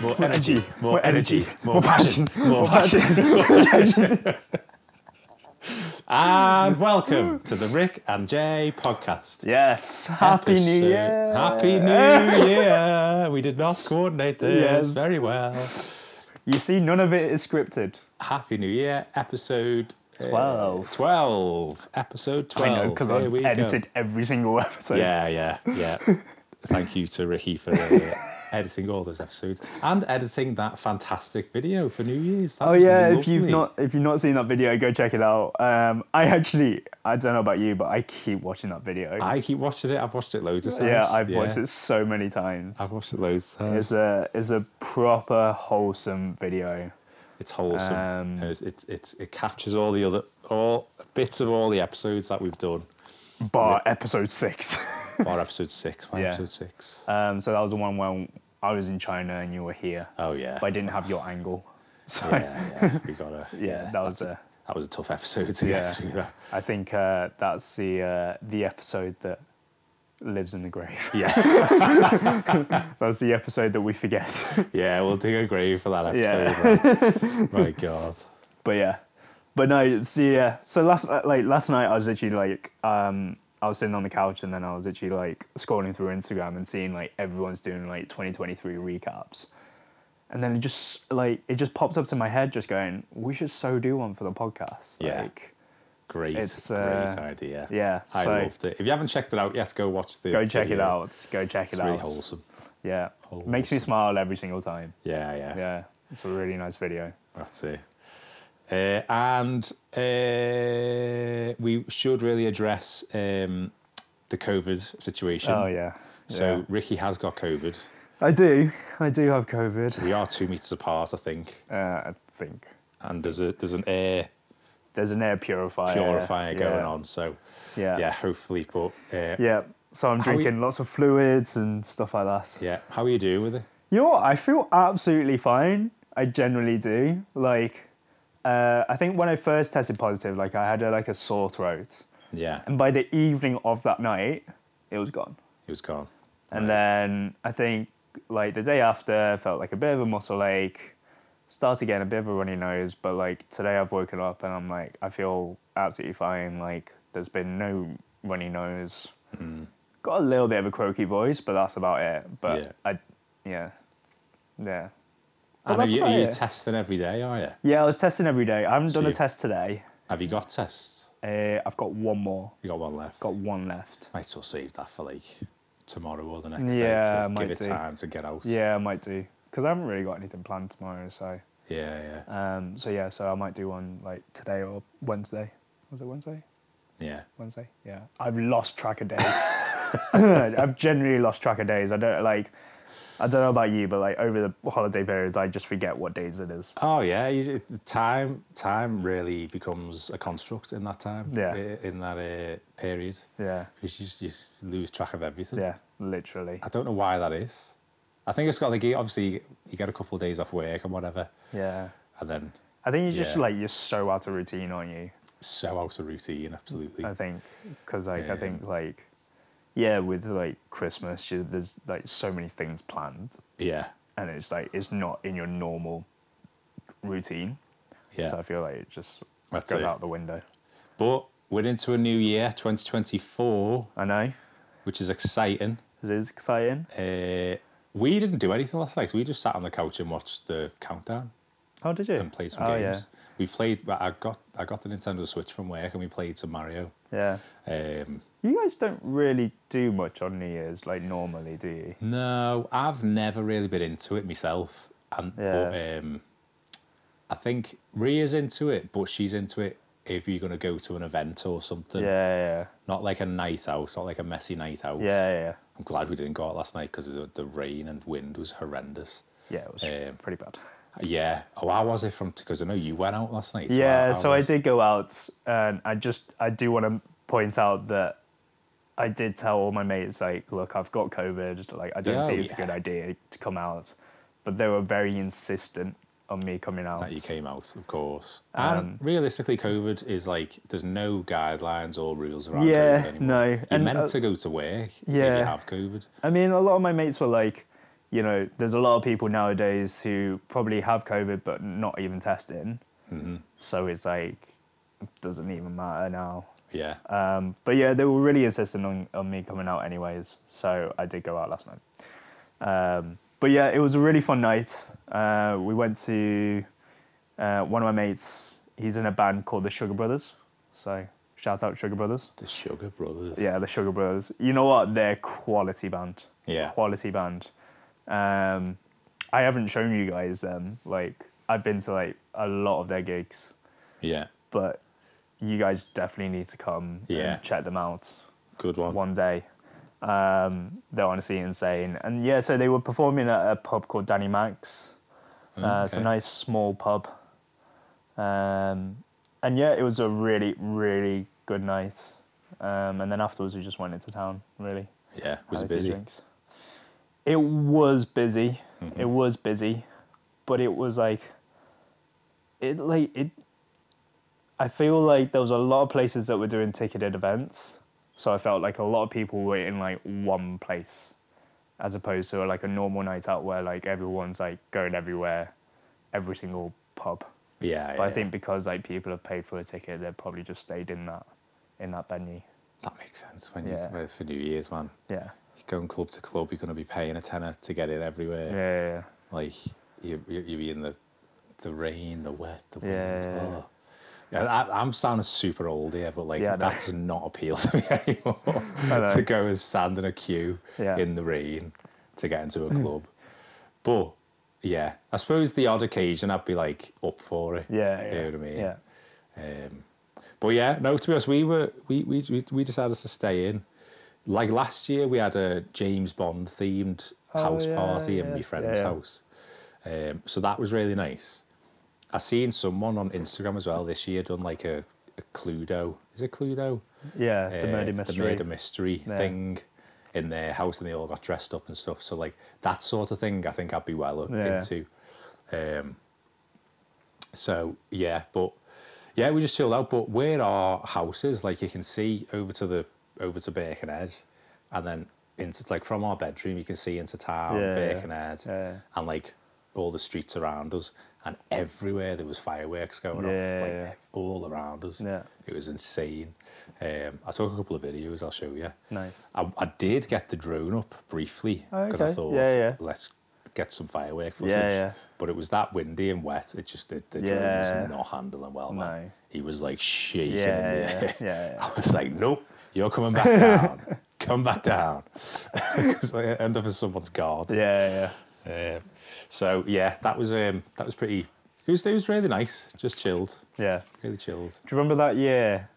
More energy, more energy, more more passion, passion, more passion. And welcome to the Rick and Jay podcast. Yes. Happy New Episode- Year. Happy New Year. We did not coordinate this Yes. very well. You see, none of it is scripted. Happy New Year, episode uh, 12. 12. Episode 12. I know because Oh, Here I've we go. edited every single episode. Yeah, yeah, yeah. Thank you to Ricky for uh, editing all those episodes and editing that fantastic video for New Year's. That Oh was yeah, if you've lovely. not if you've not seen that video, go check it out. Um, I actually I don't know about you, but I keep watching that video. I keep watching it. I've watched it loads of times. yeah, I've watched it so many times. I've watched it loads of times. It's a it's a proper wholesome video. It's wholesome. Um, it's, it's, it's, it captures all the other all bits of all the episodes that we've done. Bar episode six. Or episode six. By Yeah. Episode six. um, so that was the one when I was in China and you were here, Oh yeah. but I didn't have your angle. So yeah, yeah. We got a yeah, that was that's- a. that was a tough episode to Yeah. get through. That. I think uh, that's the uh, the episode that lives in the grave. Yeah, That's the episode that we forget. yeah. We'll dig a grave for that Yeah. episode. man. My God. but yeah, but no, see, yeah. So last uh, like last night, I was literally like, um, I was sitting on the couch, and then I was literally like scrolling through Instagram and seeing like everyone's doing like 2023 recaps, and then it just like it just pops up to my head, just going, we should so do one for the podcast. Yeah. Like, Great, It's, uh, great idea. yeah, I so- loved it. If you haven't checked it out yet, go watch the. go check it video. out. Go check it It's out. really wholesome. Yeah, wholesome. makes me smile every single time. Yeah, yeah, Yeah, it's a really nice video. That's it. Uh, and uh, we should really address um, the COVID situation. Oh yeah. So yeah. Ricky has got COVID. I do, I do have COVID. We are two meters apart, I think. Uh, I think. And there's a there's an air there's an air purifier purifier yeah, going on. So Yeah. yeah, yeah, hopefully. But uh, yeah. yeah. So I'm How we- drinking lots of fluids and stuff like that. how are you doing with it? You know what? I feel absolutely fine. I generally do. Like, uh, I think when I first tested positive, like I had a, like a sore throat, Yeah, and by the evening of that night, it was gone. it was gone. And uh, Nice. then I think like the day after felt like a bit of a muscle ache, started getting a bit of a runny nose, but like today I've woken up and I'm like I feel absolutely fine. Like there's been no runny nose. Mm. Got a little bit of a croaky voice, but that's about it. But Yeah. I, yeah, yeah. But and are that's you, about are you it. testing every day? Are you? yeah, I was testing every day. I haven't So done a you- test today. Have you got tests? Uh, I've got one more. You got one left. Got one left. Might as well save that for like tomorrow or the next Yeah, day to might give it do. time to get out. Yeah, I might do because I haven't really got anything planned tomorrow. So. yeah, yeah, Um, so yeah, so I might do one like today or Wednesday. Was it Wednesday? yeah. Wednesday? Yeah. I've lost track of days. I've generally lost track of days. I don't like. I don't know about you, but like over the holiday periods, I just forget what days it is. Oh yeah, you- it- time time really becomes a construct in that time. Yeah. uh, in that uh, period, Yeah. because you just, you just lose track of everything. Yeah. Literally. I don't know why that is. I think it's got like you- obviously you get a couple of days off work and whatever, Yeah. and then I think you're just Yeah. like you're so out of routine, aren't you? so out of routine. Absolutely. I think because like I Yeah. think like yeah, with like Christmas, you, there's like so many things planned, yeah, and it's like it's not in your normal routine. yeah. So I feel like it just That's goes it. out the window. But we're into a new year, 2024, I know. which is exciting. It is exciting. Uh, we didn't do anything last night. We just sat on the couch and watched the countdown How did you? and played some oh, games. We played. I got I got the Nintendo Switch from work and we played some Mario. Yeah. Um, yeah. You guys don't really do much on New Year's, like normally, do you? no, I've never really been into it myself, and Yeah. but, um, I think Ria's into it, but she's into it if you're gonna go to an event or something. Yeah, Not like a night out, not like a messy night out. yeah, yeah, yeah, yeah. I'm glad we didn't go out last night because the, the rain and wind was horrendous. Yeah, it was Um, pretty bad. Yeah. Oh, how was it from? Because I know you went out last night. yeah, how- so how I was- did go out, and I just I do want to point out that I did tell all my mates like, look, I've got COVID. Like, I don't Yeah, oh, think it's a yeah. good idea to come out, but they were very insistent on me coming out. that you came out, of course. Um, and realistically, COVID is like there's no guidelines or rules around. Yeah, COVID anymore. no, You're and, meant uh, to go to work if you yeah. have COVID. I mean, a lot of my mates were like, you know, there's a lot of people nowadays who probably have COVID but not even testing. So it's like, doesn't even matter now. Yeah. Um, but yeah, they were really insistent on, on me coming out anyways, so I did go out last night. Um, but yeah, it was a really fun night. Uh, we went to uh, one of my mates. He's in a band called the Sugar Brothers, so shout out Sugar Brothers. The Sugar Brothers. Yeah, the Sugar Brothers. You know what? They're quality band. Yeah. Quality band. Um, I haven't shown you guys them. Like I've been to like a lot of their gigs Yeah. but you guys definitely need to come Yeah. and check them out Good one. one day. Um, they're honestly insane. And yeah, so they were performing at a pub called Danny Max. Uh, It's a Okay. nice small pub. Um, and yeah, it was a really, really good night. Um, and then afterwards, we just went into town, really. Yeah. Was had a it few busy? drinks. Mm-hmm. It was busy. It was busy, but it was like it like it. I feel like there was a lot of places that were doing ticketed events, so I felt like a lot of people were in like one place, as opposed to like a normal night out where like everyone's like going everywhere, every single pub. Yeah. But I yeah. think because like people have paid for a ticket, they probably just stayed in that, in that venue. that makes sense when you Yeah. well, for New Year's, man. Yeah. You're going club to club, you're going to be paying a tenner to get in everywhere. Yeah. yeah, Like you, you, you be in the, the rain, the wet, the wind. Yeah, yeah, yeah. oh. Yeah, I, I'm sounding super old here, but like Yeah, I know. that does not appeal to me anymore. know. to go and stand in a queue Yeah. Mm. in the rain to get into a club. but yeah, I suppose the odd occasion I'd be like up for it. Yeah, you yeah, know what I mean. yeah. Um, but yeah, no. To be honest, we were we we we- we decided to stay in. Like last year, we had a James Bond themed Oh, house yeah, party in yeah, my friend's yeah. house. Um, so that was really nice. I seen someone on Instagram as well this year done like a, a Cluedo. Is it Cluedo? Yeah, Uh, the murder mystery. The murder mystery Yeah. thing in their house, and they all got dressed up and stuff. So like that sort of thing, I think I'd be well up Yeah. into. Um, so yeah, but yeah, we just chilled out. But where our house is, like you can see over to the over to Birkenhead, and then into like from our bedroom, you can see into town, Yeah, yeah. Birkenhead, Yeah. and like all the streets around us. And everywhere there was fireworks going Yeah, off, like yeah. all around us. Yeah. It was insane. Um, I took a couple of videos. I'll show you. Nice. I, I did get the drone up briefly Oh, because I okay. thought, Yeah, yeah. let's get some firework footage. Yeah, yeah. But it was that windy and wet. It just the, the drone Yeah. was not handling well. Man. No. He was like shaking in the Yeah, yeah, air. yeah, yeah. I was like, nope, you're coming back down. Come back down. Because I end up as someone's guard. Yeah, yeah. Um, so yeah, that was um, that was pretty. It was, it was really nice. Just chilled. Yeah. Really chilled. Do you remember that year,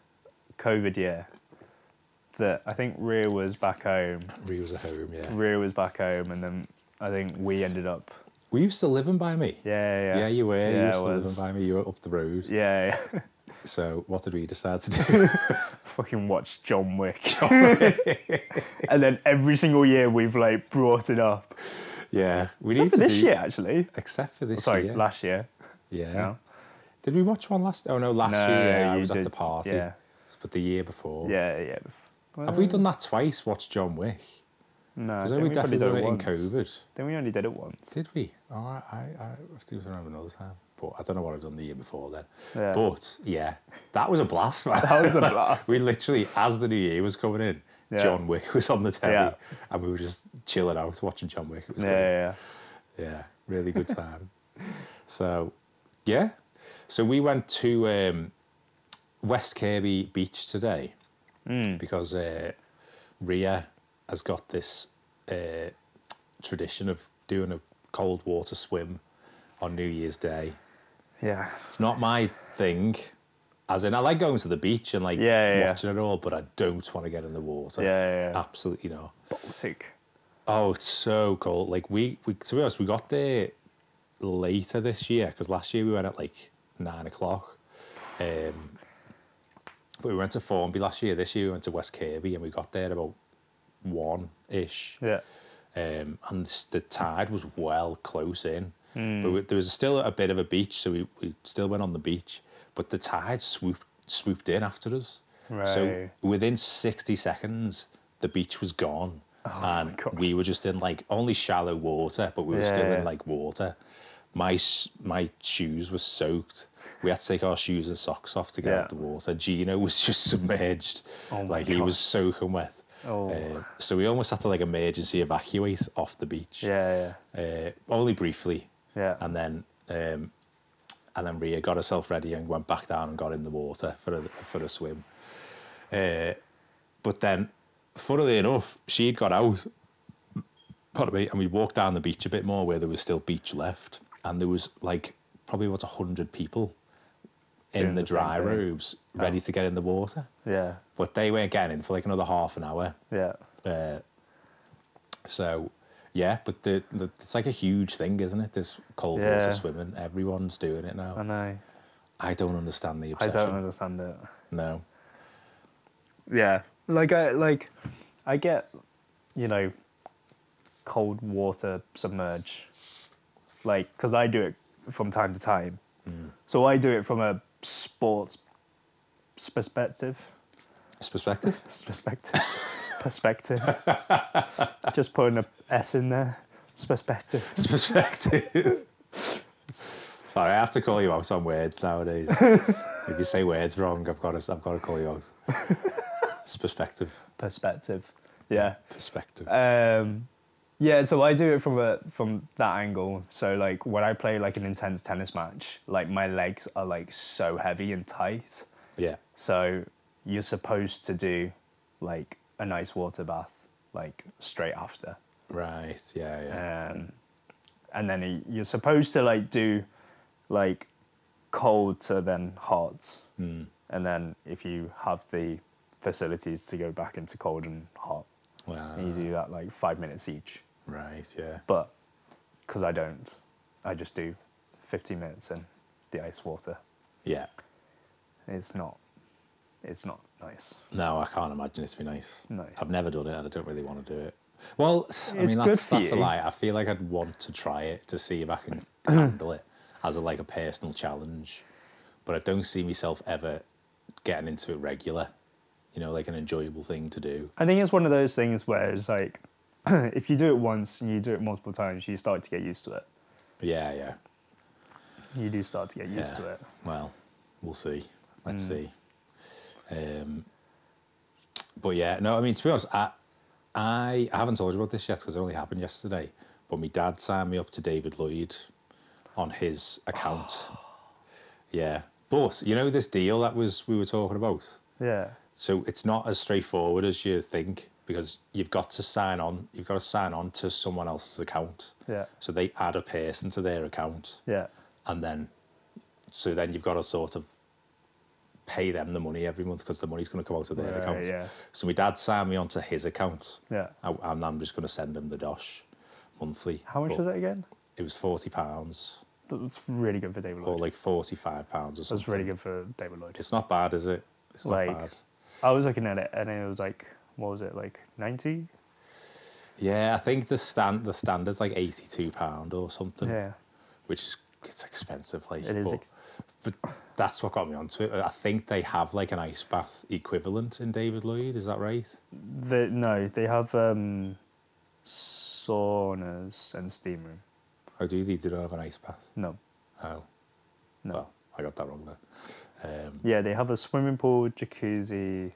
COVID year, that I think Ria was back home. Reels at home. Yeah. Ria was back home, and then I think we ended up. Were you still living by me? Yeah, yeah. Yeah, you were. you Yeah, I were still was. living by me. You were up the road. Yeah, yeah. So what did we decide to do? Fucking watch John Wick. and then every single year we've like brought it up. yeah, we Except need for to this do, year, actually. Except for this Sorry, year. last year. yeah. Yeah. Did we watch one last? Oh no, last No, year I you was at the did- party. yeah. But the year before. Yeah, yeah. Have we done that twice? Watched John Wick? No, I Because I think we we probably definitely did done it it in once. COVID. Then we only did it once. Did we? Oh, I, I, I I think it was around another time. But I don't know what I've done the year before then. Yeah. But yeah, that was a blast, man. That was a blast. we literally, as the new year was coming in, Yeah. John Wick was on the telly, Yeah. and we were just chilling out watching John Wick. It was yeah, great. yeah, yeah. Yeah, really good time. so, yeah. So we went to um, West Kirby Beach today Hmm. because uh, Ria has got this uh, tradition of doing a cold water swim on New Year's Day. Yeah. It's not my thing. As in, I like going to the beach and like Yeah, yeah, yeah. watching it all, but I don't want to get in the water. Yeah, yeah, yeah. Absolutely not. Baltic. Oh, it's so cold. Like we, we to be honest, we got there later this year because last year we went at like nine o'clock. Um, but we went to Formby last year. This year we went to West Kirby and we got there about one ish. Yeah. Um, and s- the tide was well close in, Hmm. but we, there was still a bit of a beach, so we, we still went on the beach. But the tide swooped swooped in after us. So Right. within sixty seconds, the beach was gone, and Oh God. we were just in like only shallow water, but we were still Yeah. in like water. My s- my shoes were soaked. We had to take our shoes and socks off to get Yeah. out the water. Gino was just submerged, Oh my like he was soaking wet. Oh. Uh, so we almost had to like emergency evacuate off the beach, Yeah, uh, only briefly, yeah, yeah. and then um, and then Ria got herself ready and went back down and got in the water for a for a swim. Uh, but then, funnily enough, she'd got out. Pardon me, and we walked down the beach a bit more where there was still beach left, and there was like probably about hundred people in Doing the, the same dry thing. Oh. robes ready to get in the water, yeah, but they weren't getting in for like another half an hour. yeah. Uh, so yeah, but the, the it's like a huge thing, isn't it? This cold Yeah. water swimming, everyone's doing it now. I know. I don't understand the I obsession. don't understand it. No, Yeah, like I like, I get, you know, cold water submerge, like because I do it from time to time. So I do it from a sports s- perspective, it's perspective. s- perspective, perspective. Just putting a S in there. s- Perspective. It's perspective. Sorry, I have to call you out on words nowadays. if you say words wrong, I've got to I've got to call you out. It's perspective. Perspective. Yeah. Perspective. Um, yeah, so I do it from a from that angle. So like when I play like an intense tennis match, like my legs are like so heavy and tight. yeah. So you're supposed to do like a nice water bath like straight after. Right. Yeah. Yeah. Um, and then y- you're supposed to like do like cold to then hot. Mm, And then if you have the facilities to go back into cold and hot, wow. and you do that like 5 minutes each. Right. Yeah. but because I don't, I just do 15 minutes in the ice water. Yeah. It's not, it's not nice. No, I can't imagine it to be nice. No. I've never done it, and I don't really want to do it. Well, I It's mean, good that's, for that's a you. lie. I feel like I'd want to try it to see if I can handle it as a, like a personal challenge, but I don't see myself ever getting into it regular. You know, like an enjoyable thing to do. I think it's one of those things where it's like, if you do it once and you do it multiple times, you start to get used to it. Yeah, yeah, You do start to get used yeah. to it. Well, we'll see. Let's see. Um, but yeah, no, I mean, to be honest, I, I, I haven't told you about this yet because it only happened yesterday. But my dad signed me up to David Lloyd on his account. yeah. But you know this deal that was we were talking about? Yeah. So it's not as straightforward as you think because you've got to sign on you've got to sign on to someone else's account. Yeah. So they add a person to their account Yeah. and then so then you've got to sort of pay them the money every month because the money's going to come out of their Right, account. yeah. So my dad signed me onto his account, Yeah. I, and I'm just going to send him the dosh monthly. How much But is it again? It was forty pounds That's really good for David or Lloyd. like forty-five pounds or something. That's really good for David Lloyd. It's not bad, is it? It's not Like- bad. I was looking at it and it was like, what was it, like 90? Yeah, I think the stand the standard's like eighty-two pound or something, Yeah. which is it's expensive. Like It is. but- Ex- But that's what got me onto it. I think they have like an ice bath equivalent in David Lloyd. Is that right? The, no, they have um, saunas and steam room. Oh, do they? They don't have an ice bath. No, Oh, no. well, I got that wrong then. Um, Yeah, they have a swimming pool, jacuzzi,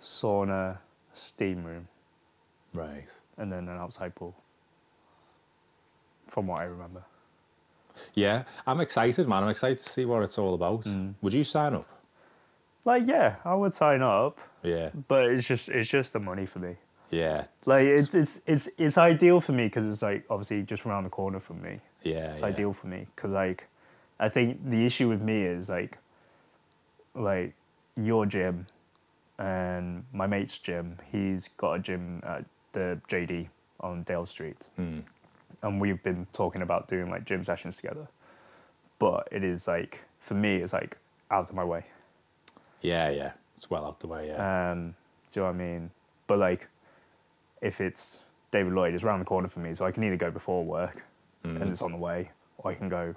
sauna, steam room, Right. and then an outside pool. From what I remember. Yeah, I'm excited, man. I'm excited to see what it's all about. Mm. Would you sign up? Like, yeah, I would sign up, Yeah, but it's just it's just the money for me. yeah. Like, it's it's it's it's ideal for me because it's like obviously just around the corner from me. yeah, it's yeah. ideal for me because like i think the issue with me is like like your gym and my mate's gym he's got a gym at the jd on dale street Mm. and we've been talking about doing like gym sessions together but it is like for me it's like out of my way yeah, yeah. It's well out the way. Yeah, um do you know what i mean but like if it's david lloyd it's around the corner for me so i can either go before work and Mm-hmm. it's on the way or i can go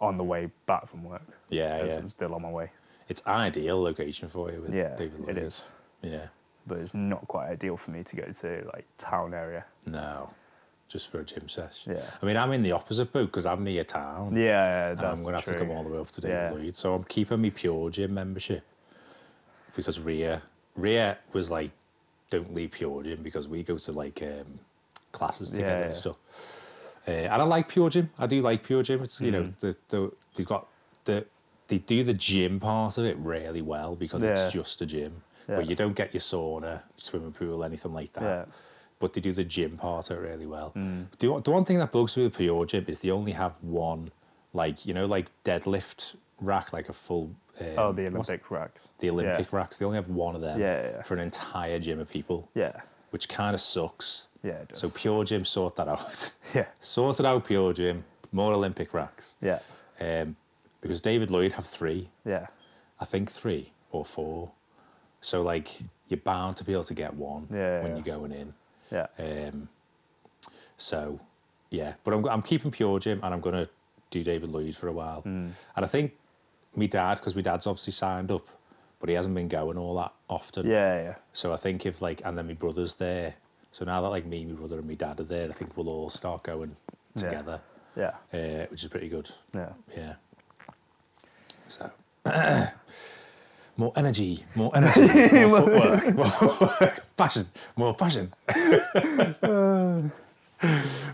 on the way back from work yeah, as yeah. it's still on my way. It's ideal location for you with Yeah, David it Lloyd. is. Yeah, but it's not quite ideal for me to go to like town area. No, just for a gym sesh. Yeah. I mean, I'm in the opposite boat because I'm near town. Yeah, yeah and I'm that's going to have to true. come all the way up to David Yeah. Lloyd. So I'm keeping my Pure Gym membership because Rhea, Rhea was like, don't leave Pure Gym because we go to like um, classes Yeah, together and yeah. stuff. Uh, and I like Pure Gym. I do like Pure Gym. It's, you know, Mm-hmm. the, the, they've got the, they do the gym part of it really well because Yeah. it's just a gym. Yeah. But you don't get your sauna, swimming pool, anything like that Yeah. but they do the gym part of it really well. Hmm. The, the one thing that bugs me with Pure Gym is they only have one, like, you know, like deadlift rack, like a full. Um, Oh, the what's- Olympic racks. The Olympic Yeah. racks. They only have one of them Yeah, yeah, yeah. for an entire gym of people, Yeah. which kind of sucks. Yeah, it does. So Pure Gym sort that out. yeah. Sorted out Pure Gym, more Olympic racks. Yeah. Um, because David Lloyd have three, Yeah. I think three or four. So, like, you're bound to be able to get one Yeah, when yeah. you're going in. Yeah. Um, so, yeah, but I'm, I'm keeping Pure Gym and I'm going to do David Lloyd for a while. Hmm. And I think me dad, because my dad's obviously signed up, but he hasn't been going all that often. Yeah, yeah. So I think if like, and then my brother's there. So now that like me, my brother, and my dad are there, I think we'll all start going Yeah. together, Yeah. uh, which is pretty good. Yeah. Yeah. So. More energy, more energy, more footwork, more footwork, passion, more passion.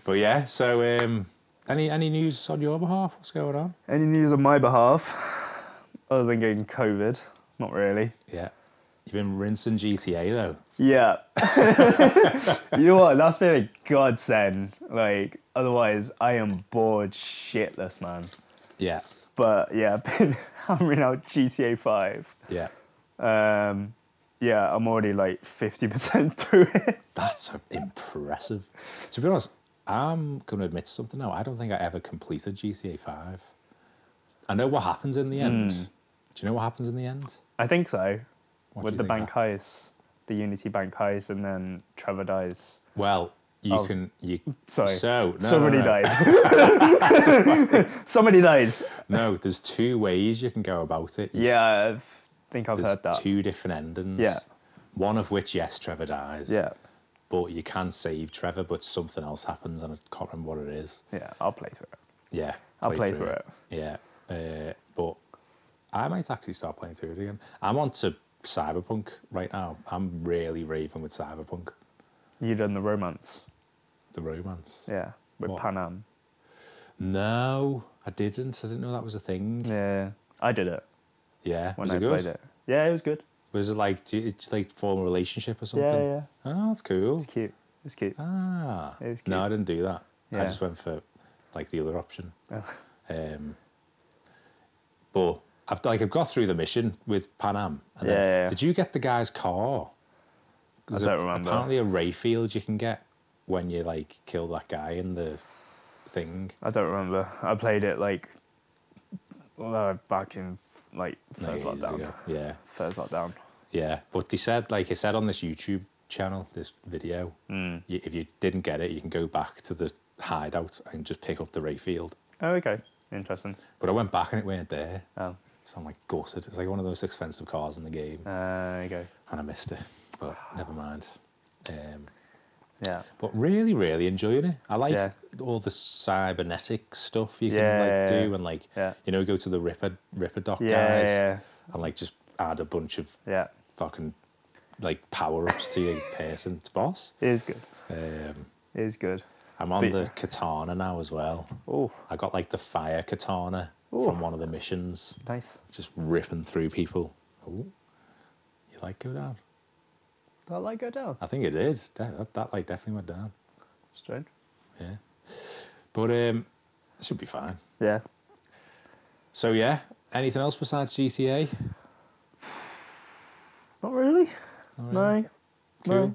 but yeah, so um, any any news on your behalf? What's going on? Any news on my behalf? Other than getting COVID? Not really. Yeah, you've been rinsing GTA though. Yeah. you know what? That's been a godsend. Like, otherwise, I am bored shitless, man. Yeah, But yeah, I've been hammering out GTA 5. yeah, Um, yeah, I'm already like 50% through it. that's impressive. To be honest, I'm going to admit something now. I don't think I ever completed GTA Five. I know what happens in the end. Do you know what happens in the end? I think so. What do With you the think bank that- heist, the Unity bank heist, and then Trevor dies. Well, you Oh, can you. Sorry. So no, Somebody no, no. dies. Somebody dies. No, there's two ways you can go about it. Yeah, I think I've there's heard that. two different endings. Yeah. One of which, yes, Trevor dies. Yeah, But you can save Trevor, but something else happens, and I can't remember what it is. yeah, I'll play through it. Yeah. I'll play through Yeah. Uh, but I might actually start playing through it again. I'm on to Cyberpunk right now. I'm really raving with Cyberpunk, You done the romance? the romance. Yeah, with What? Pan Am. No, I didn't. I didn't know that was a thing. Yeah. Yeah, I did it when was I it good? played it. Yeah, it was good. Was it like, do you, did you like form a relationship or something? Yeah, yeah, Oh, that's cool. it's cute. It's cute. Ah. It was No, cute. I didn't do that. I Yeah. just went for like the other option. Oh. Um, but I've like I've got through the mission with Pan Am. And Yeah, yeah, yeah. Did you get the guy's car? 'Cause don't a- remember. Apparently, a Rayfield you can get when you like kill that guy in the thing. I don't remember. I played it like uh, back in like like, first years lockdown. ago. Yeah, First lockdown. yeah. But they said like I said on this YouTube channel, this video, Mm. y- if you didn't get it, you can go back to the hideout and just pick up the Rayfield. Oh, okay. Interesting. But I went back and it weren't there. Oh, So I'm like gutted. It's like one of those expensive cars in the game, uh, there you go. and I missed it. But never mind. Um, Yeah. but really, really enjoying it. I like Yeah. all the cybernetic stuff you can Yeah, like yeah, do, yeah. and like Yeah. you know, go to the Ripper Ripper Doc Yeah, guys, yeah, and like just add a bunch of yeah. fucking like power ups to your person's boss. It is good. Um, It is good. I'm on But- the katana now as well. Oh, I got like the fire katana Ooh. from one of the missions. nice. just ripping through people. Ooh. You like go down? That light go down. I think it did. That, that, that like definitely went down. Strange. Yeah. But um, it should be fine. Yeah. So yeah. Anything else besides GTA? Not really. No. Cool. No. Oh,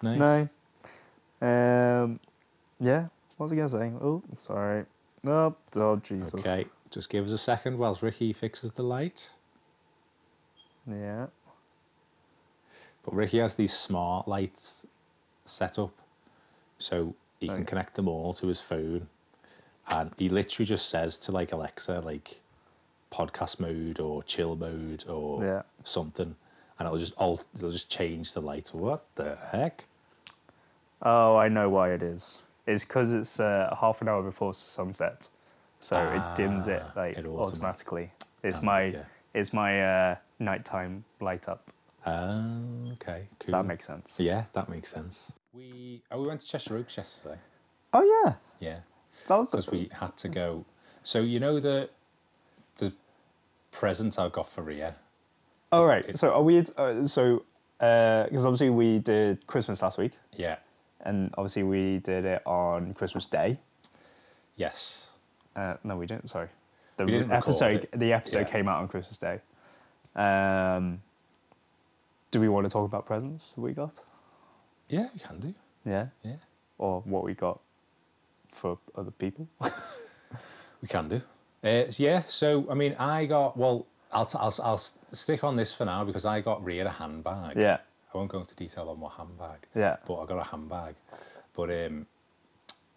Nice. No. Um. Yeah. What was I gonna say? Oh, sorry. No. Oh, Jesus. Okay. Just give us a second whilst Ricky fixes the light. Yeah. But Ricky has these smart lights set up, so he can Okay. connect them all to his phone, and he literally just says to like Alexa, like podcast mode or chill mode or Yeah. something, and it'll just alt, it'll just change the light. What the heck? Oh, I know why it is. It's because it's uh, half an hour before sunset, so it dims it Ah, like it automatic- automatically. It's Ah, my yeah. it's my uh, nighttime light up. Ah, okay, cool. Does that make sense? yeah, that makes sense. We oh, we went to Cheshire Oaks yesterday. Oh yeah, Yeah, that was because a, we had to go. So you know the the present I got for Ria. All right. so are we? Uh, so because obviously we did Christmas last week, Yeah. and obviously we did it on Christmas Day. Yes. Uh, no, we didn't. Sorry, the We didn't record episode. it. The episode Yeah. came out on Christmas Day. Um, do we want to talk about presents we got? Yeah, you can do. Yeah, Yeah, or what we got for other people? we can do. Uh, yeah. So I mean, I got well. I'll, t- I'll s- I'll s- stick on this for now because I got Ria a handbag. yeah, I won't go into detail on what handbag. yeah. but I got a handbag. But um,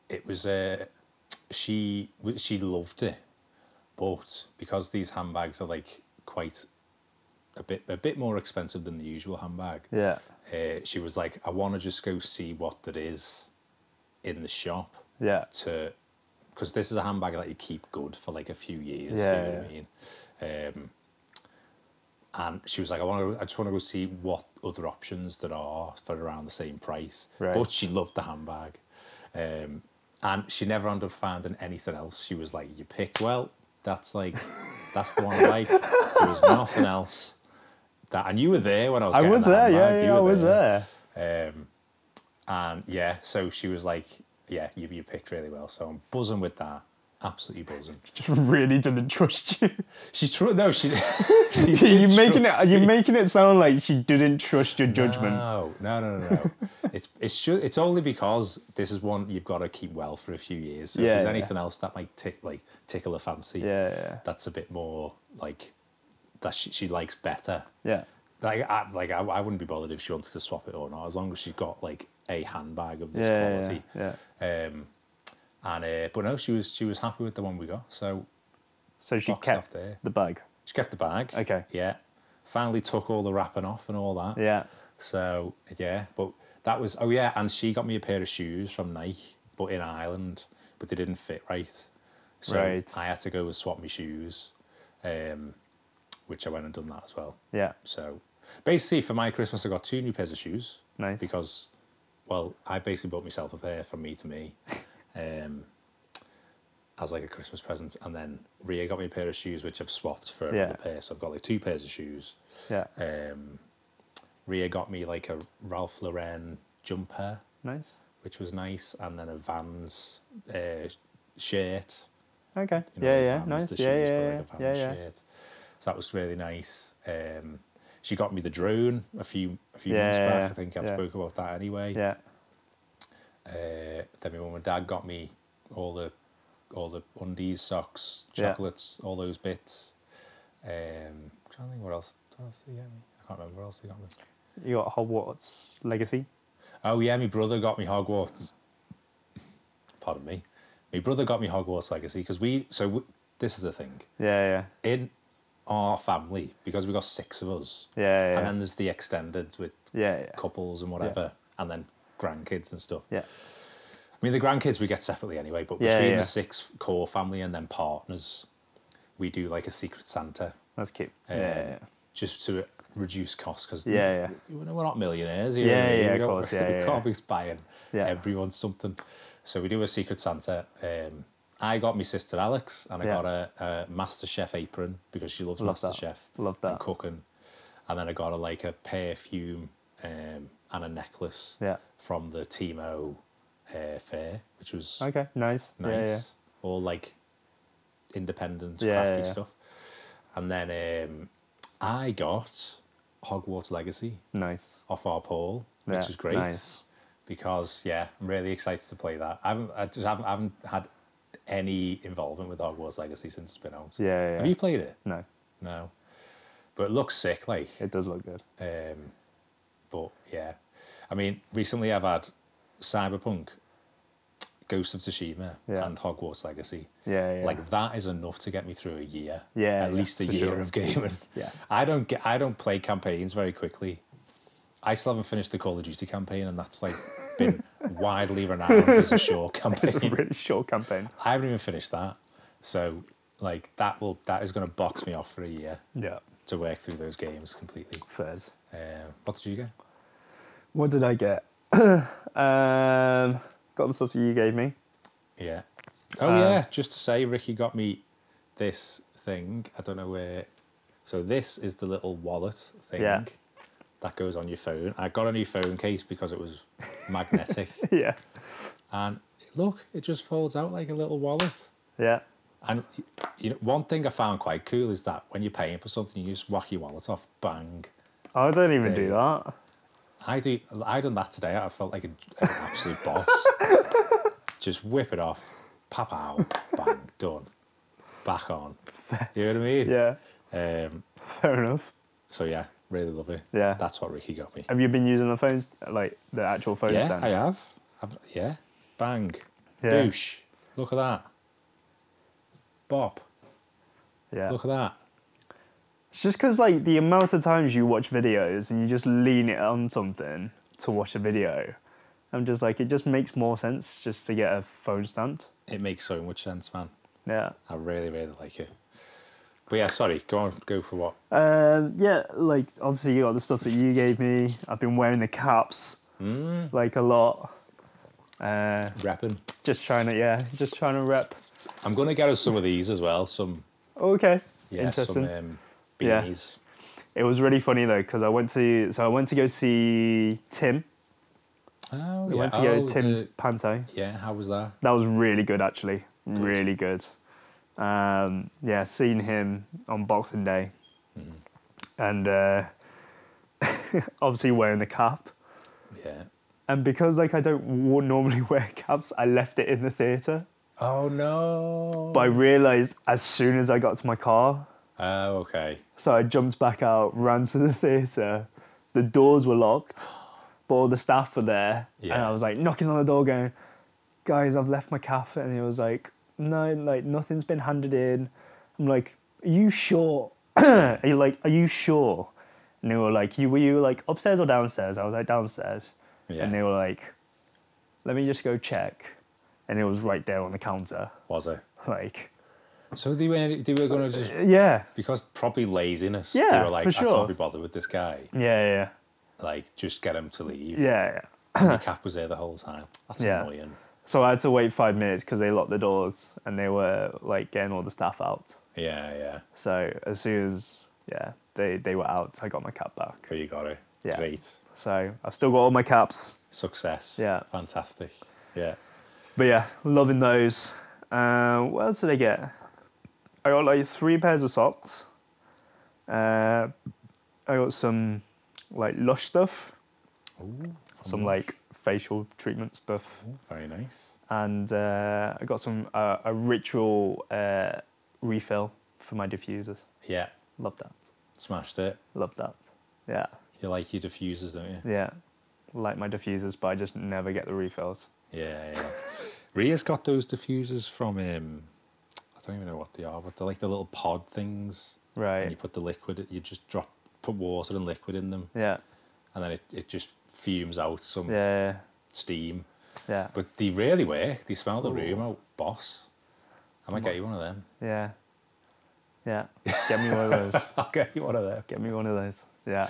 it was uh, she w- she loved it, but because these handbags are like quite a bit a bit more expensive than the usual handbag, Yeah, uh, she was like, I want to just go see what there is in the shop yeah, to because this is a handbag that you keep good for like a few years. Yeah, you know what I mean. Um, and she was like, I want to. I just want to go see what other options there are for around the same price. Right. But she loved the handbag, um, and she never ended up finding anything else. She was like, you picked well. That's like, that's the one I like. There was nothing else. That and you were there when I was. I getting was the there. handbag, Yeah, you yeah, were I was there. um, and yeah, so she was like, "Yeah, you you picked really well." So I'm buzzing with that, absolutely buzzing. Just really didn't trust you. She tru- no, she. Are she you didn't making it? trust Are you me. making it sound like she didn't trust your judgment? No, no, no, no. no. it's it's ju- it's only because this is one you've got to keep well for a few years. So Yeah, if there's yeah. anything else that might tick like tickle a fancy, yeah, yeah, that's a bit more like that she, she likes better. yeah. Like, I, like I, I wouldn't be bothered if she wants to swap it or not, as long as she's got like a handbag of Yeah, this quality. yeah, yeah. Um, and uh, but no, she was she was happy with the one we got. So So she Boxed off kept there. the bag. she kept the bag. Okay. Yeah. Finally took all the wrapping off and all that. Yeah. So yeah, but that was oh yeah, and she got me a pair of shoes from Nike, but in Ireland, but they didn't fit right. So Right. I had to go and swap my shoes, um, which I went and done that as well. Yeah. So basically, for my Christmas, I got two new pairs of shoes. Nice. Because, well, I basically bought myself a pair from me to me um, as like a Christmas present. And then Ria got me a pair of shoes, which I've swapped for Yeah. another pair. So I've got like two pairs of shoes. Yeah. Um, Ria got me like a Ralph Lauren jumper, Nice. which was nice, and then a Vans uh, shirt Okay. you know, yeah. the Yeah. Vans, Nice. the Yeah. shoes, but Yeah. like a yeah. Vans Yeah. Yeah. shirt. So that was really nice. Um, she got me the drone a few a few months Yeah, back. I think I've yeah. spoke about that anyway. Yeah. Uh, then my mum and dad got me all the all the undies, socks, Yeah. chocolates, all those bits. Um, I'm trying to think what else, what else they got me. I can't remember what else they got me. You got Hogwarts Legacy. Oh yeah, my brother got me Hogwarts. Pardon me. My brother got me Hogwarts Legacy because we. So w this is the thing. Yeah. in our family because we got six of us, Yeah. Yeah. Yeah. and then there's the extended with yeah. Yeah. couples and whatever, and then grandkids and stuff. Yeah. I mean, the grandkids we get separately anyway, but Yeah, between yeah. the six core family and then partners, we do like a secret Santa That's cute. um, yeah. just to reduce costs because Yeah, yeah. we're not millionaires. you know Yeah, what I mean? yeah, we of don't- course, yeah, we yeah, can't yeah. be buying Yeah. everyone something. So we do a Secret Santa. Um, I got my sister Alex, and I Yeah. got a, a Master Chef apron because she loves Love Master that. Chef. Love And that. cooking, and then I got a like a perfume um, and a necklace Yeah. from the Timo uh, fair, which was yeah. Okay. Nice. nice Yeah. Yeah. or like independent Yeah, crafty yeah. stuff. And then um, I got Hogwarts Legacy Nice. off our Paul, which Yeah, is great Nice. because yeah, I'm really excited to play that. I haven't, I just haven't, I haven't had any involvement with Hogwarts Legacy since it's been out. Yeah. Yeah. Have yeah. you played it? No. No, but it looks sick. Like It does look good. um, but yeah, I mean, recently I've had Cyberpunk Ghost of Tsushima Yeah. and Hogwarts Legacy. Yeah, yeah. Like that is enough to get me through a year. Yeah, At yeah, least a for year sure. of gaming. Yeah. I don't get I don't play campaigns very quickly. I still haven't finished the Call of Duty campaign and that's like been widely renowned as a short It's a campaign. really short campaign. I haven't even finished that. So like that will that is gonna box me off for a year Yeah. to work through those games completely. Fairs. Um, what did you get? What did I get? um, got the stuff that you gave me. Yeah. Oh yeah. Just to say, Ricky got me this thing. I don't know where. So this is the little wallet thing Yeah. that goes on your phone. I got a new phone case because it was magnetic, yeah. and look, it just folds out like a little wallet. Yeah. And you know, one thing I found quite cool is that when you're paying for something, you just whack your wallet off, bang. Oh, I don't even do They- that. I do. I done that today. I felt like a, an absolute boss. Just whip it off, pop out, bang, done, back on. You know what I mean? Yeah. Um, Fair enough. so yeah, really love it. Yeah. That's what Ricky got me. Have you been using the phones, like the actual phone yeah, stand? I have. I've, yeah, bang, Yeah. boosh. Look at that. Bop. yeah. Look at that. It's just because like the amount of times you watch videos and you just lean it on something to watch a video, I'm just like it just makes more sense just to get a phone stand. It makes so much sense, man. Yeah. I really, really like it. But yeah, sorry. Go on. Go for what? Um, yeah, like obviously you got the stuff that you gave me. I've been wearing the caps Hmm. like a lot. Uh, Repping. just trying to yeah, just trying to rep. I'm gonna get us some of these as well. Some Okay. yeah, some Interesting. um, Yeah. beanies. It was really funny though because I went to so I went to go see Tim. Oh, We yeah. went to go Oh, Tim's the- panto. yeah, how was that? That was really good, actually. Really good. Um, yeah, seen him on Boxing Day, Mm-hmm. and uh, obviously wearing the cap. Yeah. And because like I don't wa- normally wear caps, I left it in the theater. Oh no. But I realized as soon as I got to my car, Oh, okay. so I jumped back out, ran to the theater. The doors were locked, but all the staff were there, and Yeah. I was like knocking on the door, going, "Guys, I've left my cap," and he was like, "No, like nothing's been handed in." I'm like, "Are you sure?" are you like, "Are you sure?" And they were like, "You were you like upstairs or downstairs?" I was like, "Downstairs," Yeah. and they were like, "Let me just go check," and it was right there on the counter, Was it? like, So they were they were gonna just yeah, because probably laziness. Yeah, They were like, for I sure. can't be bothered with this guy. yeah, yeah, Like, just get him to leave. yeah. yeah. And the cap was there the whole time. That's Yeah. annoying. So I had to wait five minutes because they locked the doors and they were like getting all the staff out. Yeah, yeah. So as soon as yeah they, they were out, I got my cap back. Here you got it. Yeah. Great. So I've still got all my caps. Success. Yeah. Fantastic. Yeah. But yeah, loving those. Uh, what else did I get? I got like three pairs of socks. Uh, I got some like lush stuff, Ooh, some like facial treatment stuff, very nice. and uh, I got some uh, a ritual uh, refill for my diffusers. Yeah. Love that. Smashed it. Love that. Yeah. You like your diffusers, don't you? Yeah. Like my diffusers, but I just never get the refills. Yeah, yeah. Ria's got those diffusers from um, I don't even know what they are, but they're like the little pod things. Right. And you put the liquid, you just drop, put water and liquid in them, Yeah. and then it, it just fumes out some Yeah. steam. Yeah. But they really work. They smell the Ooh. room out, boss. I might get you one of them. Yeah. Yeah. Get me one of those. I'll get you one of them. Get me one of those. Yeah.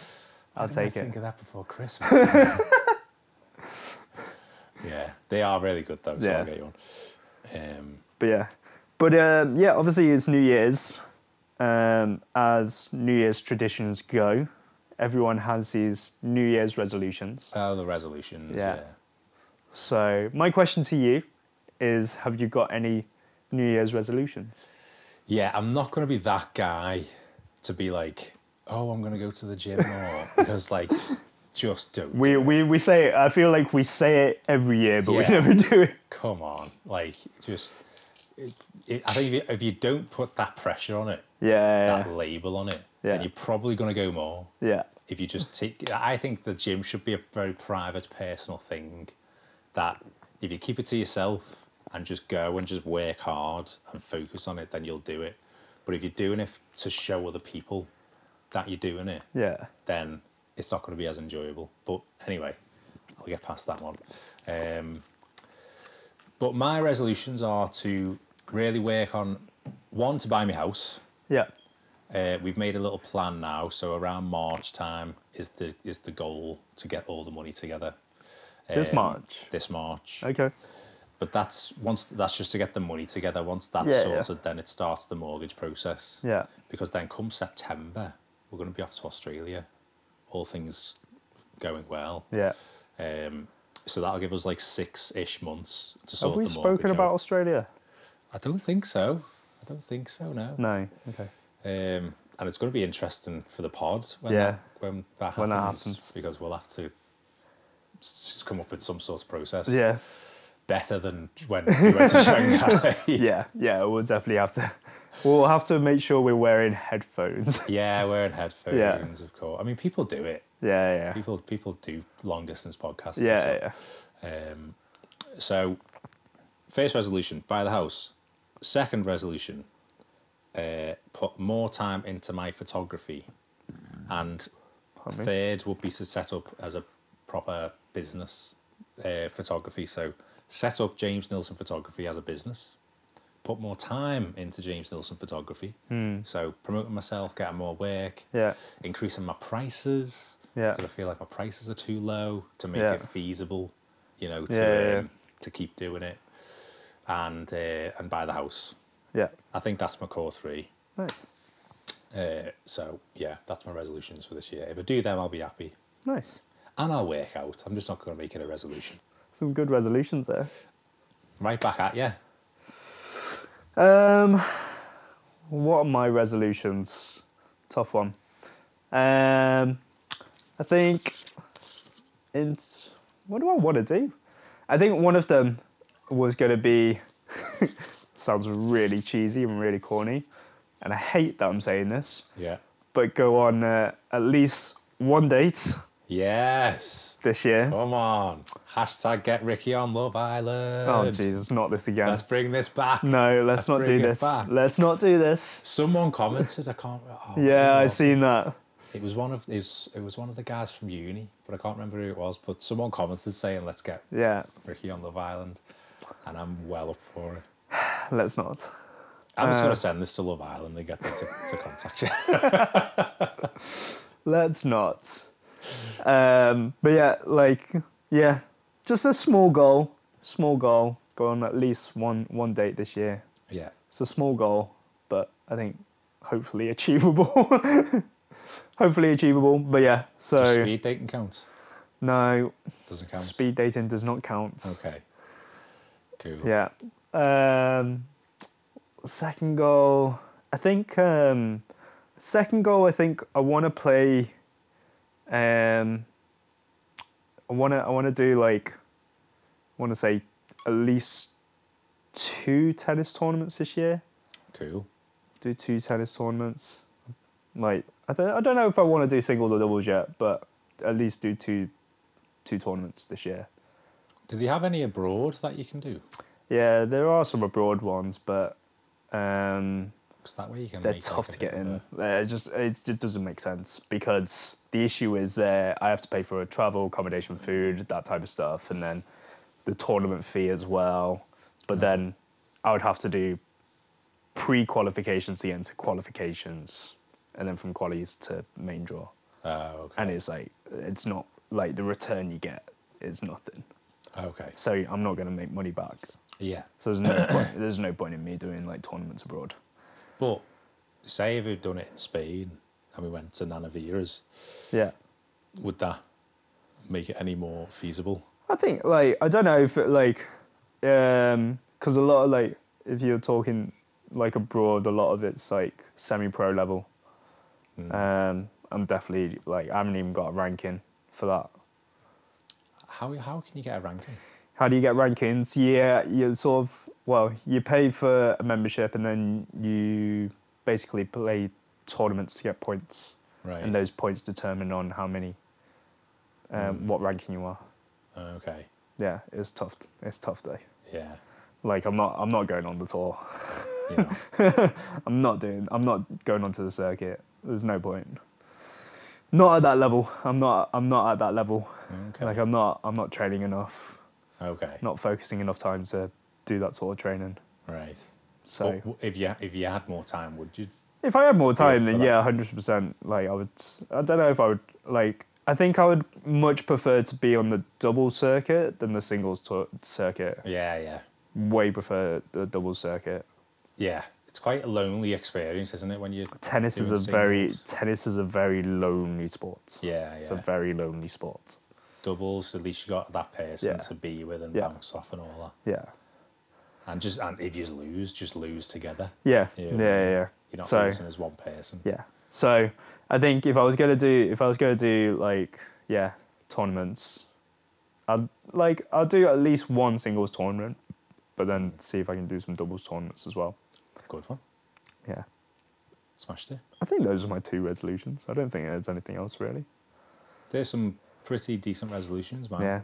I'll Didn't I take it. Think of that before Christmas. yeah, they are really good though. So Yeah. I'll get you one. Um, But yeah. But um, yeah, obviously it's New Year's. Um, as New Year's traditions go, everyone has these New Year's resolutions. oh, the resolutions. Yeah. yeah. So my question to you is: Have you got any New Year's resolutions? yeah, I'm not going to be that guy to be like, oh, I'm going to go to the gym or because like, just don't. We, do it. we, we say it, I feel like we say it every year, but we Yeah. never do it. come on, like, just. It, it, I think if you, if you don't put that pressure on it, Yeah, that label on it, Yeah. then you're probably going to go more. yeah, If you just take, I think the gym should be a very private, personal thing. That if you keep it to yourself, and just go and just work hard and focus on it, then you'll do it. But if you're doing it to show other people that you're doing it, Yeah. then it's not going to be as enjoyable. But anyway, I'll get past that one. Um, but my resolutions are to really work on one to buy my house. Yeah. Uh, we've made a little plan now, so around March time is the is the goal to get all the money together. This Um, March. This March. Okay. But that's once that's just to get the money together. Once that's Yeah, yeah. sorted, then it starts the mortgage process. Yeah. Because then come September, we're going to be off to Australia, all things going well. Yeah. Um, so that'll give us like six ish months to sort Have we the mortgage. spoken about out. Australia? I don't think so. I don't think so. No. No. Okay. Um, and it's going to be interesting for the pod when Yeah. that, when that happens, When that happens. because we'll have to s- just come up with some sort of process. Yeah. Better than when we went to Shanghai. Yeah. Yeah. We'll definitely have to. We'll have to make sure we're wearing headphones. Yeah, wearing headphones, of course. I mean, people do it. yeah. Yeah. People people do long distance podcasts. and Yeah. stuff. Yeah. Um, so, first resolution: buy the house. Second resolution: uh, put more time into my photography. And Pardon me? third would be to set up as a proper business uh, photography. So, set up James Nilsson Photography as a business. Put more time into James Nilsson Photography. Hmm. So, promoting myself, getting more work, Yeah. increasing my prices Yeah. because I feel like my prices are too low to make Yeah. it feasible, you know, to Yeah, yeah, yeah. um, to keep doing it, and uh, and buy the house. Yeah. I think that's my core three. Nice. Uh, so yeah, that's my resolutions for this year. If I do them, I'll be happy, Nice. and I'll work out. I'm just not going to make it a resolution. Some good resolutions there. Right back at you. Um, what are my resolutions? Tough one. Um, I think. It's what do I want to do? I think one of them was going to be. sounds really cheesy and really corny, and I hate that I'm saying this, Yeah. but go on uh, at least one date Yes. this year. Come on. Hashtag get Ricky on Love Island. Oh Jesus, not this again. Let's bring this back. no, let's not do bring it this. back. Let's not do this. Someone commented. I can't. Oh, Yeah, I I see. seen that. It was one of it was, it was one of the guys from uni, but I can't remember who it was. But someone commented saying, "Let's get Yeah, Ricky on Love Island," and I'm well up for it. let's not. I'm just Uh, going to send this to Love Island and get them to, to contact you. Let's not. Um, but yeah, like yeah, just a small goal, small goal. Go on at least one one date this year. yeah, It's a small goal, but I think hopefully achievable. hopefully achievable. But yeah, so Does speed dating count? no, Doesn't count. speed dating does not count. Okay. Cool. Yeah. Um, second goal, I think. Um, second goal, I think I want to play. Um, I want to. I want to do like. I want to say at least two tennis tournaments this year. Cool. Do two tennis tournaments. Like I don't. I don't know if I want to do singles or doubles yet, but at least do two, two tournaments this year. Do they have any abroad that you can do? Yeah, there are some abroad ones, but um, Because that way you can. they're make, like, tough a to get bit of in. a- They're just it's, it doesn't make sense because the issue is uh, I have to pay for travel, accommodation, food, that type of stuff, and then the tournament fee as well. But then I would have to do pre-qualifications to get into qualifications, and then from qualies to main draw. Oh, okay. And it's like it's not like the return you get is nothing. okay. So I'm not going to make money back. Yeah, So there's no point, there's no point in me doing like tournaments abroad. but say if we'd done it in Spain and we went to Nanavira's, Yeah. would that make it any more feasible? I think like I don't know if it, like um 'cause because a lot of like if you're talking like abroad, a lot of it's like semi-pro level. Mm. Um, I'm definitely like I haven't even got a ranking for that. How how can you get a ranking? How do you get rankings? Yeah, you sort of well, you pay for a membership and then you basically play tournaments to get points, Right. and those points determine on how many, um, Mm. what ranking you are. Okay. Yeah, it's tough. It's tough though. Yeah. Like I'm not I'm not going on the tour. You know. I'm not doing I'm not going onto the circuit. There's no point. Not at that level. I'm not I'm not at that level. Okay. Like I'm not I'm not training enough. okay. Not focusing enough time to do that sort of training. Right. So So if you if you had more time, would you? If I had more time, for then that. yeah, hundred percent. Like I would, I don't know if I would like. I think I would much prefer to be on the double circuit than the singles tour circuit. Yeah, yeah, Way prefer the double circuit. yeah. It's quite a lonely experience, isn't it? When you Tennis is a Doing very singles. tennis is a very lonely sport. yeah, It's yeah. a very lonely sport. doubles. At least you got that person Yeah. to be with and Yeah. bounce off and all Yeah. that. And just and if you lose, just lose together. Yeah. Yeah, Yeah. Yeah. yeah. You're not so losing as one person. yeah. So I think if I was gonna do if I was gonna do like yeah tournaments, I'd like I'll do at least one singles tournament, but Mm. then see if I can do some doubles tournaments as well. Good one. Yeah. Smashed it. I think those are my two resolutions. I don't think there's anything else really. There's some pretty decent resolutions, man. Yeah.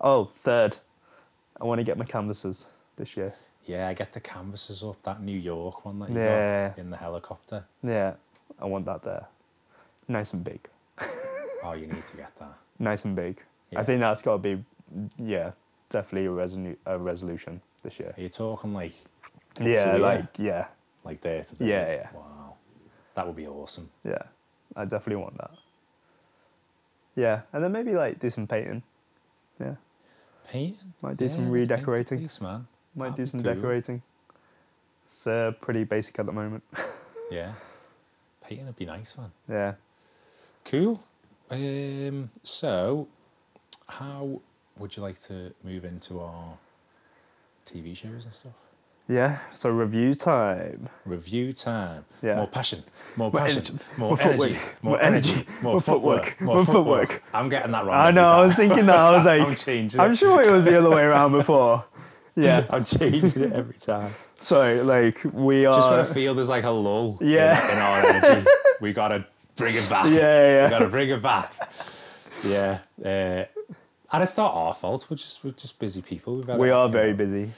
Oh, third. I want to get my canvases this year. Yeah, get the canvases up. That New York one that you Yeah. got in the helicopter. Yeah. I want that there. Nice and big. Oh, you need to get that. Nice and big. Yeah. I think that's got to be, yeah, definitely a, resolu- a resolution this year. Are you talking like up Yeah, to here? like yeah, like there to there? Yeah, yeah. Wow, that would be awesome. yeah. I definitely want that. Yeah, and then maybe like do some painting. Yeah, Painting. Might do some there's paint redecorating. piece, man. might That'd do be some cool. decorating. It's uh, pretty basic at the moment. Yeah, painting would be nice, man. yeah. Cool. Um, so, how would you like to move into our TV shows and stuff? Yeah, so review time. Review time. Yeah. More passion. More More passion. energy, More, more footwork, energy. more More energy. energy, More more footwork. footwork, more footwork. I'm getting that wrong. I every know, I time. was thinking that. I was like, I'm changing. I'm it. sure it was the other way around before. Yeah. I'm changing it every time. So, like, we are. Just when I feel there's like a lull in- Uh, Yeah. in, our energy, we gotta bring it back. Yeah, We yeah, yeah. gotta bring it back. Yeah. Uh, and it's not our fault. We're just we're just busy people. We've had We a- are you very know, busy.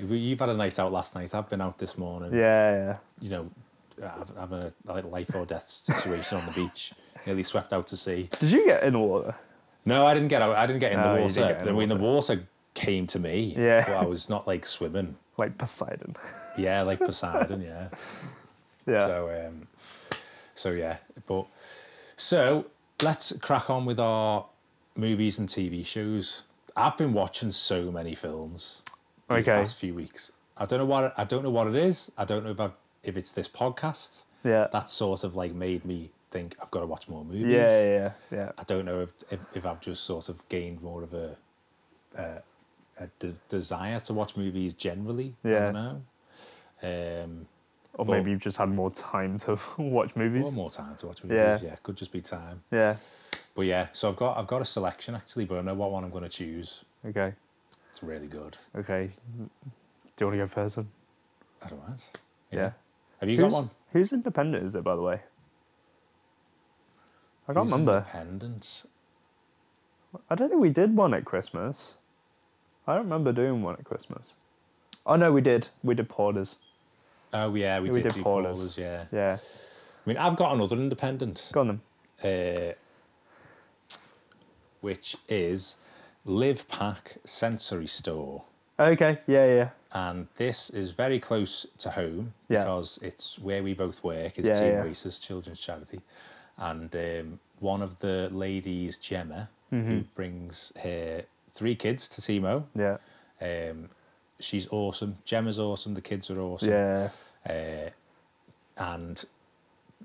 we- You've had a night out last night. I've been out this morning. Yeah, You know, I've- I'm in a like, life or death situation on the beach. Nearly swept out to sea. yeah. Did you get in the water? No, I didn't get out. I didn't get in No, the you water. didn't get in I the mean, the water came to me. Yeah. But I was not like swimming. Like Poseidon. Yeah, like Poseidon. Yeah. Yeah. So, um, so yeah, but so let's crack on with our movies and TV shows. I've been watching so many films these Okay. past few weeks. I don't know what it- I don't know what it is. I don't know if I've, if it's this podcast yeah. that's sort of like made me think I've got to watch more movies. yeah, yeah, yeah, I don't know if, if if I've just sort of gained more of a a, a de- desire to watch movies generally. Yeah. I don't know. Um, Or But- maybe you've just had more time to watch movies. One more time to watch movies. Yeah. Yeah. could just be time. yeah. But yeah, so I've got I've got a selection actually, but I know what one I'm going to choose. Okay. It's really good. Okay. Do you want to go first? Then? I don't mind. Yeah. Have you Who's- got one? Whose independent is it, by the way? I can't Who's remember. Independent. I don't think we did one at Christmas. I don't remember doing one at Christmas. Oh no, we did. We did Porters. Oh yeah, we, We did, did do Paula's. Paula's, yeah. Yeah, I mean, I've got another independent, go on then. uh, which is Live Pack Sensory Store, Okay. Yeah, yeah, and this is very close to home Yeah. because it's where we both work. It's Yeah, Team yeah. Oasis Children's Charity, and um, one of the ladies, Gemma, who Mm-hmm. brings her three kids to Timo. yeah, Um, she's awesome. Gemma's awesome. The kids are awesome. yeah, Uh, and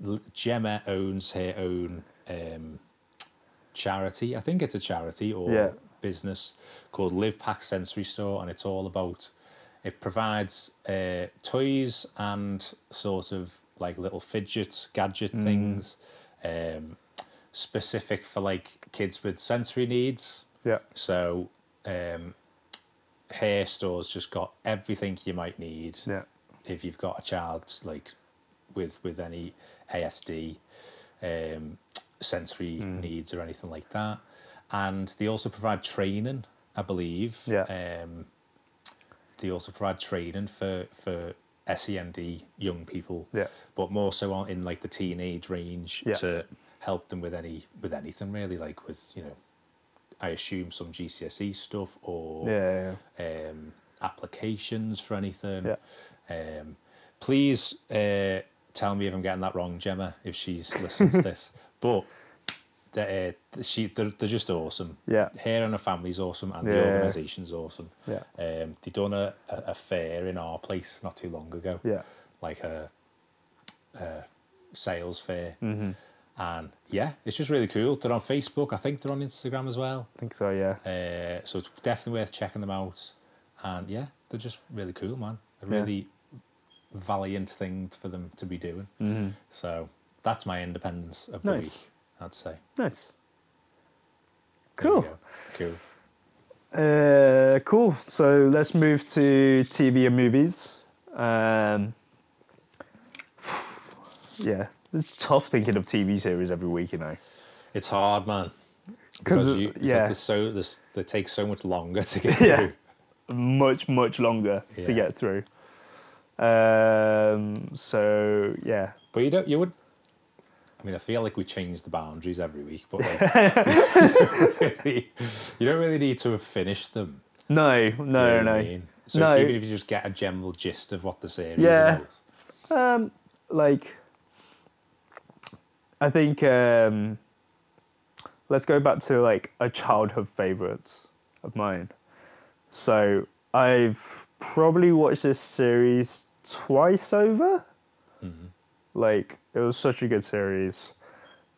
L- Gemma owns her own um, charity. I think it's a charity or Yeah. business called Live Pack Sensory Store, and it's all about it provides uh, toys and sort of like little fidget gadget Mm. things um, specific for like kids with sensory needs. yeah, So um, hair store's just got everything you might need yeah, if you've got a child like with with any ASD um, sensory Hmm. needs or anything like that, and they also provide training, I believe. Yeah. Um, they also provide training for for SEND young people, Yeah. but more so on in like the teenage range Yeah. to help them with any with anything really, like with you know, I assume some GCSE E stuff or Yeah, um, applications for anything. Yeah. Um, please uh, tell me if I'm getting that wrong, Gemma, if she's listening to this. But they're, uh, she, they're, they're just awesome. yeah, Her and her family's awesome, and the Yeah. organisation's awesome. yeah, Um, they done a, a, a fair in our place not too long ago, yeah, like a, a sales fair. hmm And yeah, it's just really cool. They're on Facebook. I think they're on Instagram as well. I think so. Yeah, Uh, so it's definitely worth checking them out. And yeah, they're just really cool, man. A Yeah. really valiant thing for them to be doing. mm-hmm. So that's my independence of the Nice. week, I'd say. nice, There you cool, go. Cool. uh, cool. So let's move to TV and movies. Um, yeah, it's tough thinking of TV series every week, you know. It's hard, man. 'Cause Because it- you, yeah. because there's so there's, they take so much longer to get Yeah. through. much much longer to Yeah. get through. Um, so yeah, But you don't you would I mean I feel like we change the boundaries every week, but like, you don't really need to have finished them. no, no, You know no. what I mean? So No. even if you just get a general gist of what the series Yeah. is about. Um, like, I think um, let's go back to like a childhood favorites of mine. So I've probably watched this series twice over. Like it was such a good series.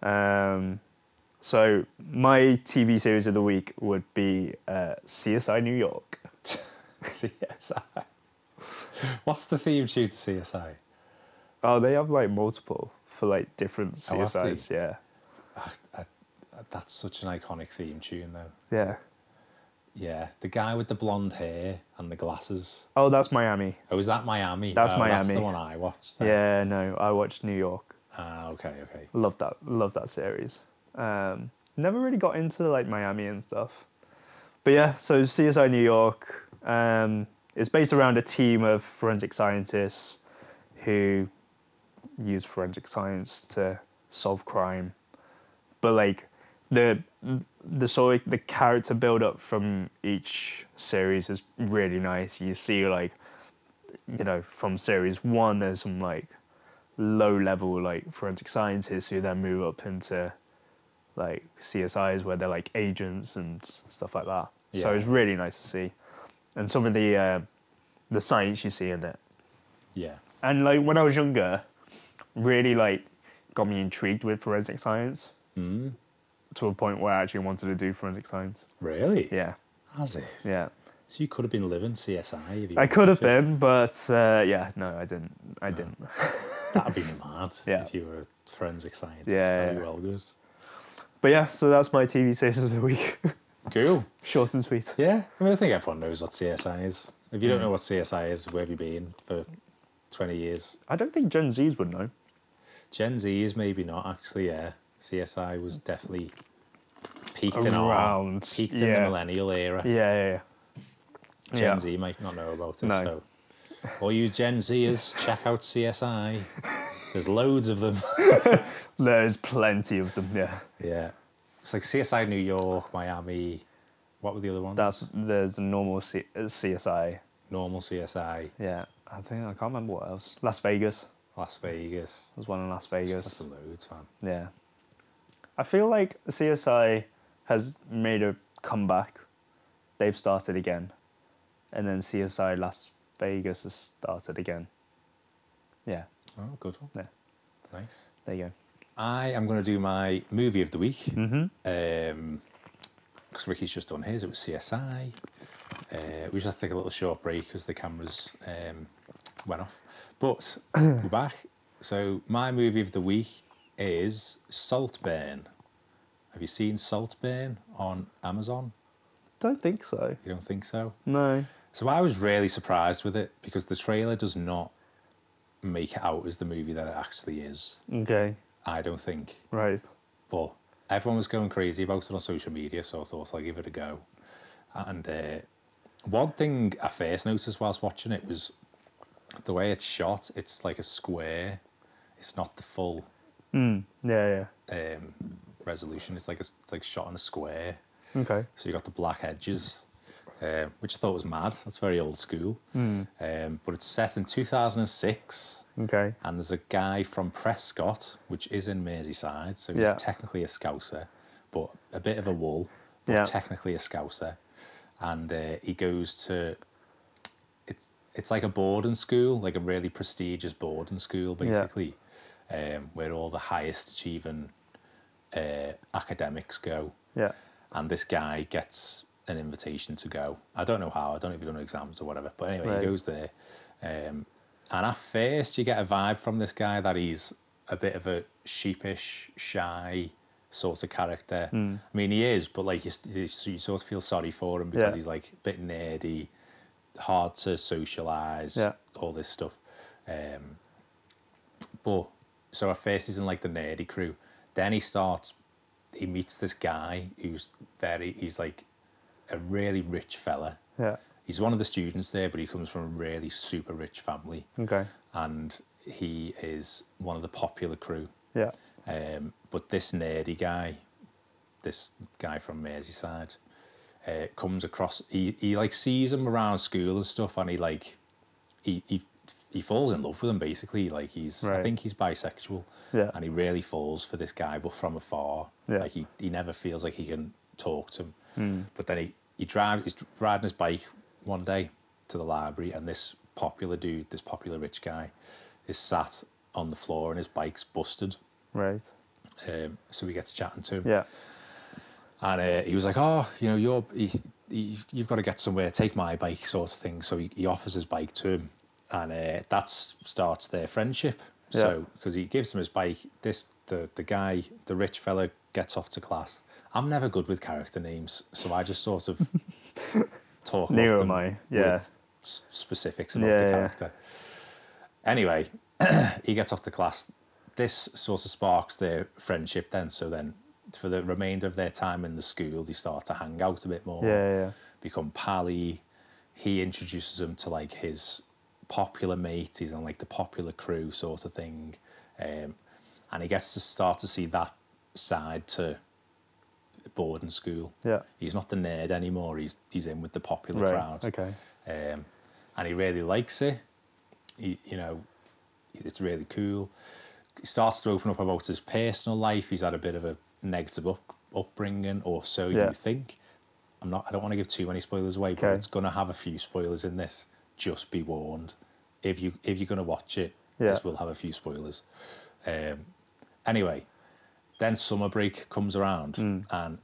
Um, so my TV series of the week would be uh, CSI New York. CSI. What's the theme tune to CSI? Oh, they have like multiple for like different Oh, have they? CSIs. yeah, I, I, that's such an iconic theme tune, though. yeah. Yeah, the guy with the blonde hair and the glasses. Oh, that's Miami. Oh, is that Miami? That's Oh, That's the Miami. one I watched. then. Yeah, no, I watched New York. Ah, okay, okay. Love that. Love that series. Um, never really got into like Miami and stuff. But yeah, so CSI New York um, is based around a team of forensic scientists who use forensic science to solve crime. But like the the sort of the character build up from each series is really nice. You see like you know from series one there's some like low level like forensic scientists who then move up into like CSIs where they're like agents and stuff like that. So Yeah. it's really nice to see, and some of the uh, the science you see in it. Yeah, And like when I was younger, really like got me intrigued with forensic science Mm. to a point where I actually wanted to do forensic science. really? Yeah, Has it? yeah. So you could have been living CSI if you I could have wanted to. been, but uh, yeah, no, I didn't. I didn't. That'd be mad. Yeah. If you were a forensic scientist, Yeah, that'd be yeah. well good. But yeah, so that's my TV series of the week. Cool. Short and sweet. Yeah, I mean, I think everyone knows what CSI is. If you don't know what CSI is, where have you been for 20 years? I don't think Gen Zs would know. Gen Z is maybe not, actually, yeah. CSI was definitely peaked in our, Around, peaked in the yeah. millennial era. Yeah, yeah, yeah. Gen yeah. Z might not know about it, No. so... All you Gen Zers, check out CSI. There's loads of them. There's plenty of them. Yeah, Yeah. It's like CSI New York, Miami... What were the other ones? that's there's a normal C- uh, CSI. Normal CSI, Yeah, I think I can't remember what else. Las Vegas. Las Vegas. There's one in Las It's Vegas. just loads, man. Yeah. I feel like CSI has made a comeback. They've started again. And then CSI Las Vegas has started again. Yeah, Oh, good one. Yeah. Nice. there you I am going to do my movie of the week go. Mm-hmm. because Ricky's just done his. It was CSI. Uh, we just had to take a little short break because the cameras um, went off. But we're back. So my movie of the week is Saltburn. Have you seen Saltburn on Amazon? Don't think so. You don't think so? No. So I was really surprised with it because the trailer does not make it out as the movie that it actually is. Okay. I don't think. Right. But everyone was going crazy about it on social media, so I thought I'll give it a go. And uh, One thing I first noticed whilst watching it was the way it's shot. It's like a square. It's not the full Hmm. Yeah, um, resolution. It's like a, it's like shot on a square. yeah. Okay. So you got the black edges, uh, which I thought was mad. That's very old school. Um, but it's set in 2006, Okay. and there's a guy from Prescott, which is in Merseyside, so he's Yeah. technically a Scouser, but a bit of a wool, but Yeah. technically a Scouser. And uh, he goes to it's it's like a boarding school, like a really prestigious boarding school, Yeah. basically, um, where all the highest achieving uh, academics go Yeah. and this guy gets an invitation to go. I don't know how. I don't know if he's done exams or whatever. But anyway, Right. he goes there, um, and at first you get a vibe from this guy that he's a bit of a sheepish, shy sort of character. Hmm. I mean, he is, but like you, s- you s- you sort of feel sorry for him because Yeah. he's like a bit nerdy, hard to socialize, Yeah. all this stuff. Um, but so at first he's in like the nerdy crew. Then he starts he meets this guy who's very he's like a really rich fella. Yeah. He's one of the students there, but he comes from a really super rich family. Okay. And he is one of the popular crew. Yeah. Um, but this nerdy guy, this guy from Merseyside, uh, comes across. He, he like sees him around school and stuff, and he like he he, he falls in love with him basically. Like he's I Right. think he's bisexual, Yeah. and he really falls for this guy, but from afar. Yeah. Hmm. Like he, he never feels like he can talk to him. But then he he drives he's riding his bike one day to the library, and this popular dude, this popular rich guy, is sat on the floor and his bike's busted. Right. Um, so we get to chatting to him, Yeah. and uh, he was like, "Oh, you know, you're he, he, you've got to get somewhere. Take my bike, sort of thing." So he, he offers his bike to him, and uh, that starts their friendship. Yeah. So because he gives him his bike, this the the guy, the rich fella, gets off to class. I'm never good with character names, so I just sort of talk Neither about them am I, yeah. with s- specifics about Yeah, the yeah. character. Anyway, he gets off to class. This sort of sparks their friendship then. So then, for the remainder of their time in the school, they start to hang out a bit more, Yeah. Yeah. become pally. He introduces them to like his popular mates. He's on like the popular crew sort of thing, um, and he gets to start to see that side to boarding school. Yeah. He's not the nerd anymore. He's he's in with the popular Right. crowd Okay. um, and he really likes it. He, you know, it's really cool. He starts to open up about his personal life. He's had a bit of a negative up, upbringing, or so Yeah. you think. I'm not. I don't want to give too many spoilers away, but Okay. it's going to have a few spoilers in this. Just be warned. If you if you're going to watch it, this Yeah. will have a few spoilers. Um, anyway, then summer break comes around, Hmm. and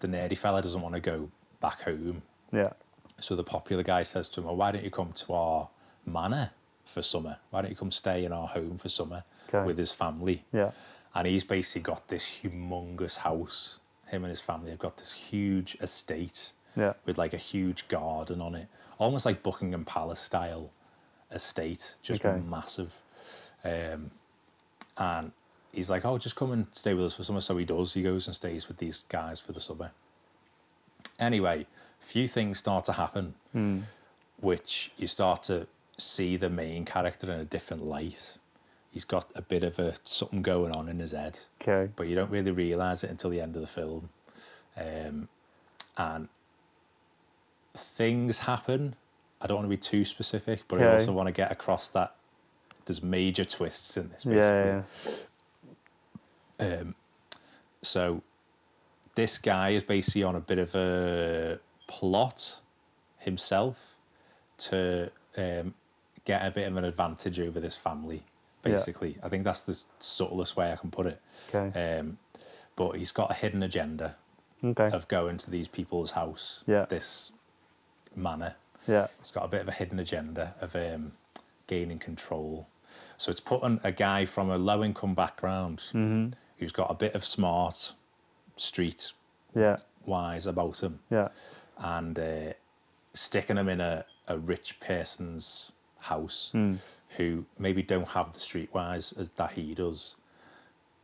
the nerdy fella doesn't want to go back home Yeah. so the popular guy says to him, well, why don't you come to our manor for summer? Why don't you come stay in our home for summer Okay. with his family? Yeah. And he's basically got this humongous house. Him and his family have got this huge estate Yeah. with like a huge garden on it, almost like Buckingham Palace style estate, just Okay. massive. Um, and he's like, "Oh, just come and stay with us for summer." So he does. He goes and stays with these guys for the summer. Anyway, a few things start to happen, which you start to see the main character in a different light. He's got a bit of a something going on in his head Okay. but you don't really realize it until the end of the film. Um, and things happen. I don't want to be too specific, but I Okay. also want to get across that there's major twists in this, Yeah. basically. Yeah. Um, so this guy is basically on a bit of a plot himself to um, get a bit of an advantage over this family. Yeah. Basically, I think that's the subtlest way I can put it. Okay. Um, but he's got a hidden agenda Okay. of going to these people's house, Yeah. this manor. Yeah. It's got a bit of a hidden agenda of um, gaining control. So it's putting a guy from a low income background who's got a bit of smart, street Yeah. wise about him Yeah. and uh, sticking him in a, a rich person's house who maybe don't have the streetwise as that he does.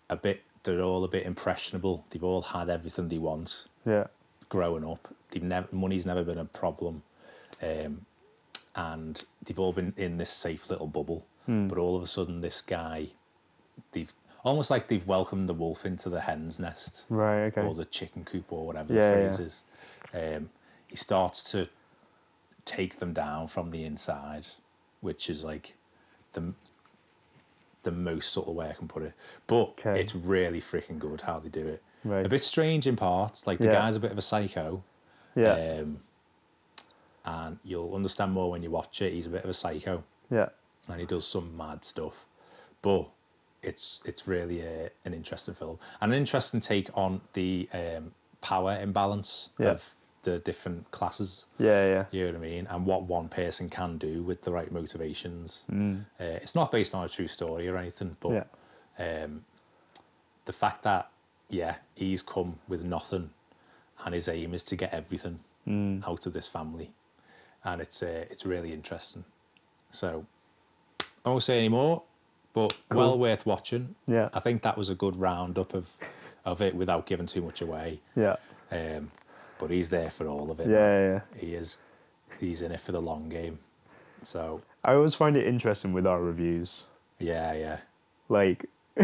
A bit, they're all a bit impressionable. They've all had everything they want Yeah. growing up. They've never, money's never been a problem. um, and they've all been in this safe little bubble. But all of a sudden, this guy, they've almost like they've welcomed the wolf into the hen's nest Right. Okay. or the chicken coop or whatever Yeah, the yeah, phrase yeah. is. Um, he starts to take them down from the inside, which is like the the most subtle way I can put it. But Okay. it's really freaking good how they do it. Right. A bit strange in parts, like the Yeah. guy's a bit of a psycho. yeah. Um, and you'll understand more when you watch it. He's a bit of a psycho yeah. and he does some mad stuff. But it's it's really a, an interesting film and an interesting take on the um, power imbalance Yeah. of the different classes. Yeah. Yeah. You know what I mean, and what one person can do with the right motivations. Mm. Uh, it's not based on a true story or anything, but Yeah. um, the fact that yeah, he's come with nothing, and his aim is to get everything Mm. out of this family, and it's uh, it's really interesting. So I won't say any more, but Cool. well worth watching. Yeah. I think that was a good roundup of of it without giving too much away. Yeah. Um, but he's there for all of it. Yeah. Yeah. yeah. he is. He's in it for the long game. So I always find it interesting with our reviews. yeah, yeah, Like,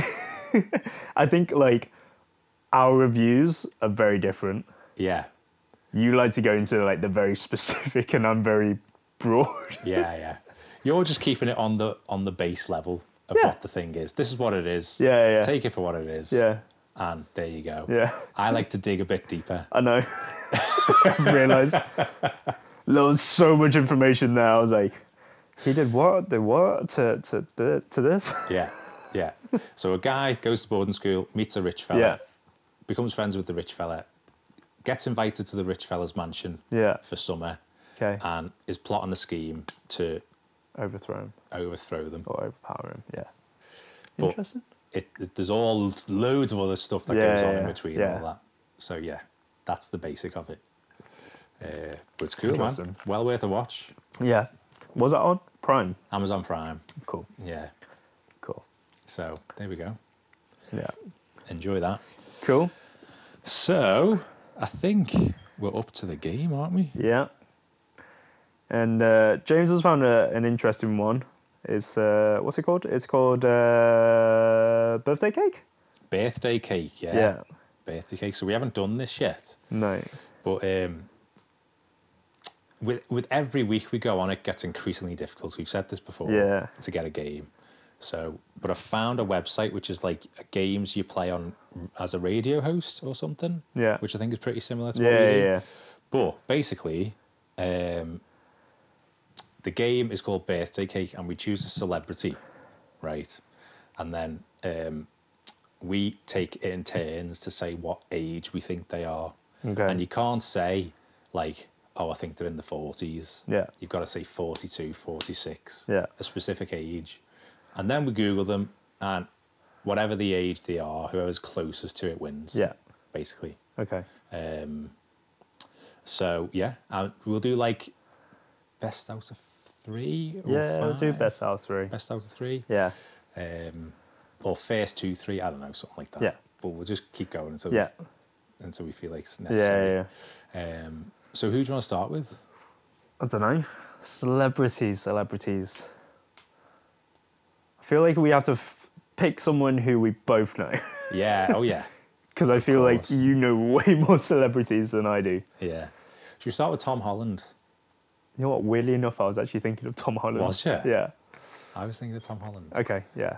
I think like our reviews are very different. yeah, You like to go into like the very specific, and I'm very broad. yeah, yeah. You're just keeping it on the on the base level of Yeah. what the thing is. This is what it is. Yeah, yeah. Take it for what it is. yeah. And there you go. Yeah. I like to dig a bit deeper. I know. I realized there was so much information there. I was like, he did what? Did what to to the- to this? Yeah, yeah. So a guy goes to boarding school, meets a rich fella, Yeah. becomes friends with the rich fella, gets invited to the rich fella's mansion Yeah. for summer, Okay. and is plotting a scheme to Overthrow him overthrow them. or overpower him. Yeah. But- Interesting. It, it- there's all loads of other stuff that Yeah, goes on yeah, in between yeah. and all that. So yeah, that's the basic of it. Uh, but it's cool, man. Interesting. Well worth a watch. Yeah. Was that on Prime? Amazon Prime. Cool. Yeah. Cool. So there we go. Yeah. Enjoy that. Cool. So I think we're up to the game, aren't we? Yeah. And uh, James has found a, an interesting one. It's uh, what's it called? It's called uh, birthday cake. Birthday cake, yeah. Yeah. Birthday cake. So we haven't done this yet, No. but um, with with every week we go on, it gets increasingly difficult. We've said this before. Yeah. To get a game, so but I found a website which is like games you play on as a radio host or something. Yeah. Which I think is pretty similar to what yeah. we do. Yeah. Yeah. But basically, um, the game is called Birthday Cake, and we choose a celebrity, right? And then um, we take it in turns to say what age we think they are. Okay. And you can't say, like, oh, I think they're in the 40s. Yeah. You've got to say 42, 46, Yeah. a specific age. And then we Google them, and whatever the age they are, whoever's closest to it wins. Yeah. Basically. Okay. Um, so yeah, uh, we'll do like best out of three. Or Yeah, we'll do five? best out of three. Best out of three. Yeah, Um, or first two, three. I don't know, something like that. Yeah. But we'll just keep going until yeah, we, until we feel like it's yeah, yeah, necessary. yeah. Um, so who do you want to start with? I don't know. Celebrities, celebrities. I feel like we have to f- pick someone who we both know Yeah. Oh yeah. because I feel like course. you know way more celebrities than I do. yeah. Should we start with Tom Holland? You know what? Weirdly enough, I was actually thinking of Tom Holland. Was ya? Yeah. I was thinking of Tom Holland. Okay. Yeah.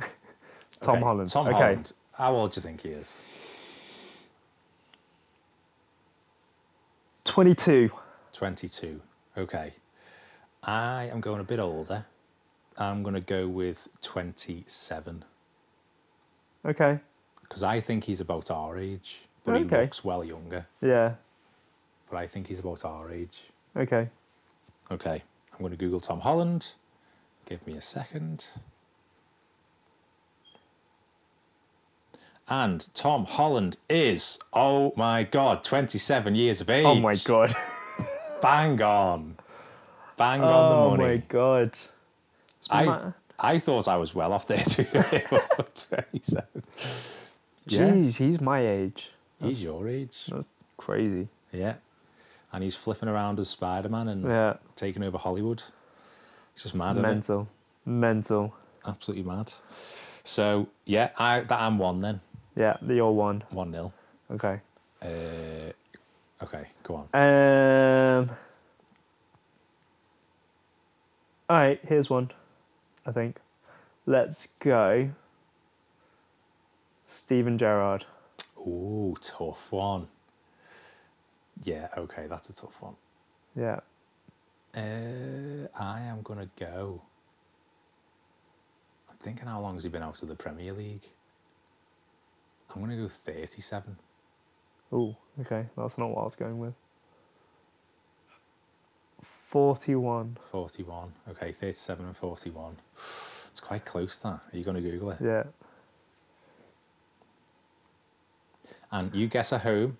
Uh, Tom Okay, Holland. Tom okay. Holland. How old do you think he is? Twenty-two. 22. Okay. I am going a bit older. I'm going to go with 27 Okay. because I think he's about our age, but he Okay. looks well younger. Yeah. But I think he's about our age. Okay. Okay. I'm going to Google Tom Holland. Give me a second. And Tom Holland is, oh my God, 27 years of age. Oh my god. Bang on. Bang oh on the money. my god. I, Ma- I thought I was well off there too. 27. Yeah, Jeez, he's my age. he's your age. That's crazy. Yeah. and he's flipping around as Spider Man and Yeah. taking over Hollywood. It's just mad, isn't it? Mental. Mental. Absolutely mad. So yeah, I that I'm one then, Yeah, the old one. one nil. Okay. Uh, okay, go on. Um. All right, here's one. I think. Let's go. Steven Gerrard. Ooh, tough one. Yeah, okay, that's a tough one. Yeah. Uh, I am gonna go. I'm thinking, how long has he been out of the Premier League? I'm gonna go 37. Oh, okay. That's not what I was going with. Forty-one. 41. Okay, 37 and 41. It's quite close, that. Are you going to Google it? Yeah. And you guess a home.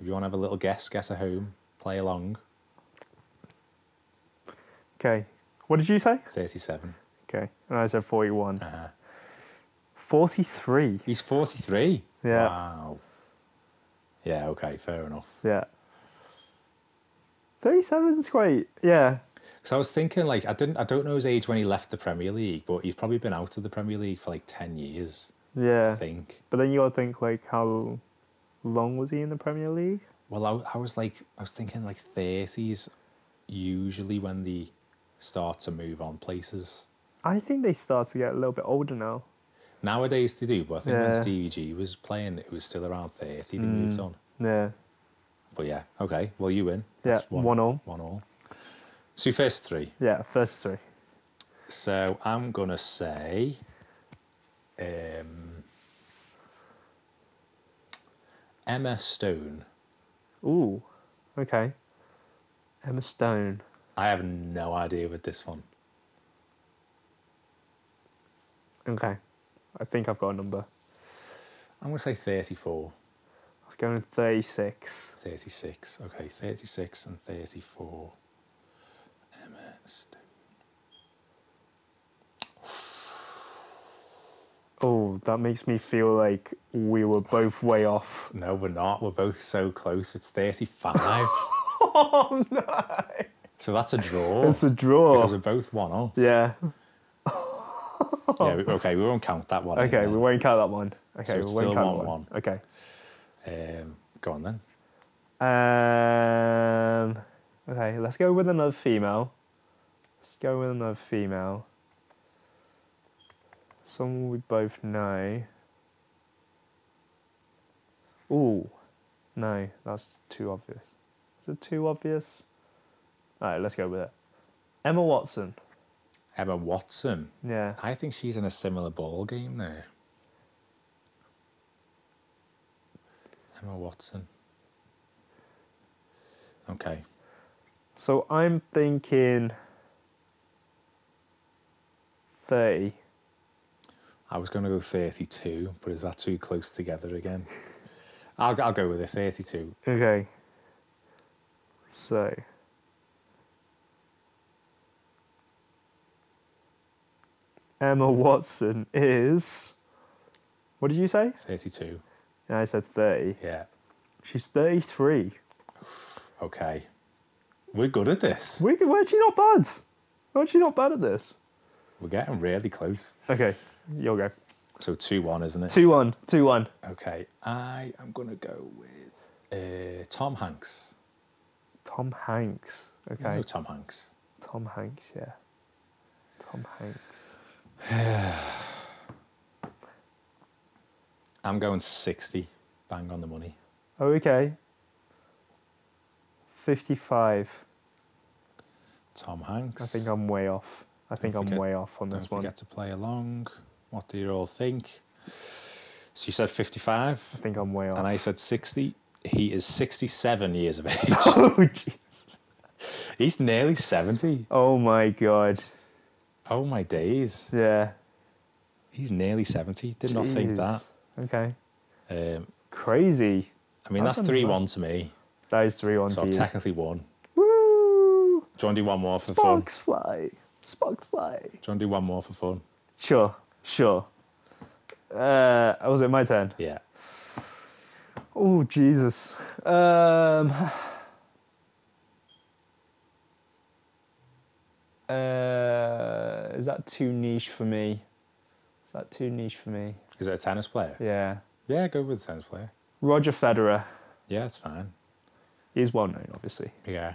If you want to have a little guess, guess a home. Play along. Okay. What did you say? 37. Okay. And I said forty-one. Uh-huh. Forty-three. He's 43. Yeah. Wow. Yeah, okay, fair enough. Yeah. Thirty-seven's quite. Yeah. Because I was thinking, like, I didn't, I don't know his age when he left the Premier League, but he's probably been out of the Premier League for like 10 years, I Yeah. think. But then you gotta think like how long was he in the Premier League? Well, I, I was like, I was thinking like 30s, usually when they start to move on places. I think they start to get a little bit older now. Nowadays they do, but I think Yeah. Mm. when Stevie G was playing, it was still around 30. They moved on. Yeah. But yeah, okay. Well, you win. Yeah, That's one all. One all. So your first three. Yeah, first three. So I'm going to say. Um, Emma Stone. Ooh. Okay. Emma Stone. I have no idea with this one. Okay. I think I've got a number. I'm going to say 34, I was going with 36. 36. Okay, 36 and 34. Emma Stone. Oh, that makes me feel like we were both way off. No, we're not. We're both so close. It's 35. Oh no! So that's a draw. It's a draw. Because we're both one all. yeah. Yeah, we- okay, we won't count that one. in Oh. Okay, then. we won't count that one. Okay, So we it's won't still count that one. one-one. Okay. Um, go on then. Um, okay, let's go with another female. Let's go with another female. Someone we both know. Ooh, no, that's too obvious. Is it too obvious? All right, let's go with it. Emma Watson. Emma Watson. Yeah. I think she's in a similar ball game there. Emma Watson. Okay. So I'm thinking 30. I was going to go 32, but is that too close together again? I'll, I'll go with a 32. Okay. So. Emma Watson is. What did you say? 32. And I said 30. Yeah. She's 33. Okay. We're good at this. We, weren't she not bad? Weren't she not bad at this? We're getting really close. Okay, you'll go. So 2 1, isn't it? 2 1. 2 1. Okay, I am gonna go with uh, Tom Hanks. Tom Hanks. You know Okay. Tom Hanks. Tom Hanks, yeah. Tom Hanks. I'm going sixty, bang on the money. Oh, okay. 55. Tom Hanks. I think I'm way off. I think I'm forget- way off on Don't this forget one. to play along. What do you all think? So you said I fifty-five, think I'm way off. and I said sixty. He is sixty-seven years of age. oh jeez. He's nearly seventy. Oh my god. Oh my days! Yeah. He's nearly seventy. Did not think that. Jeez. Okay. Um, Crazy. I mean, I that's don't know. three-one to me. That is three on to So I've you. technically won. Do Woo! you want to do one more for fun? Sparks fly. Sparks fly. Do you want to do one more for fun? Sure. Sure. Uh, was it my turn? Yeah. Oh Jesus. Um, uh, is that too niche for me? Is that too niche for me? Is it a tennis player? Yeah. Yeah, go with tennis player. Roger Federer. Yeah, it's fine. He's well known, obviously. Yeah.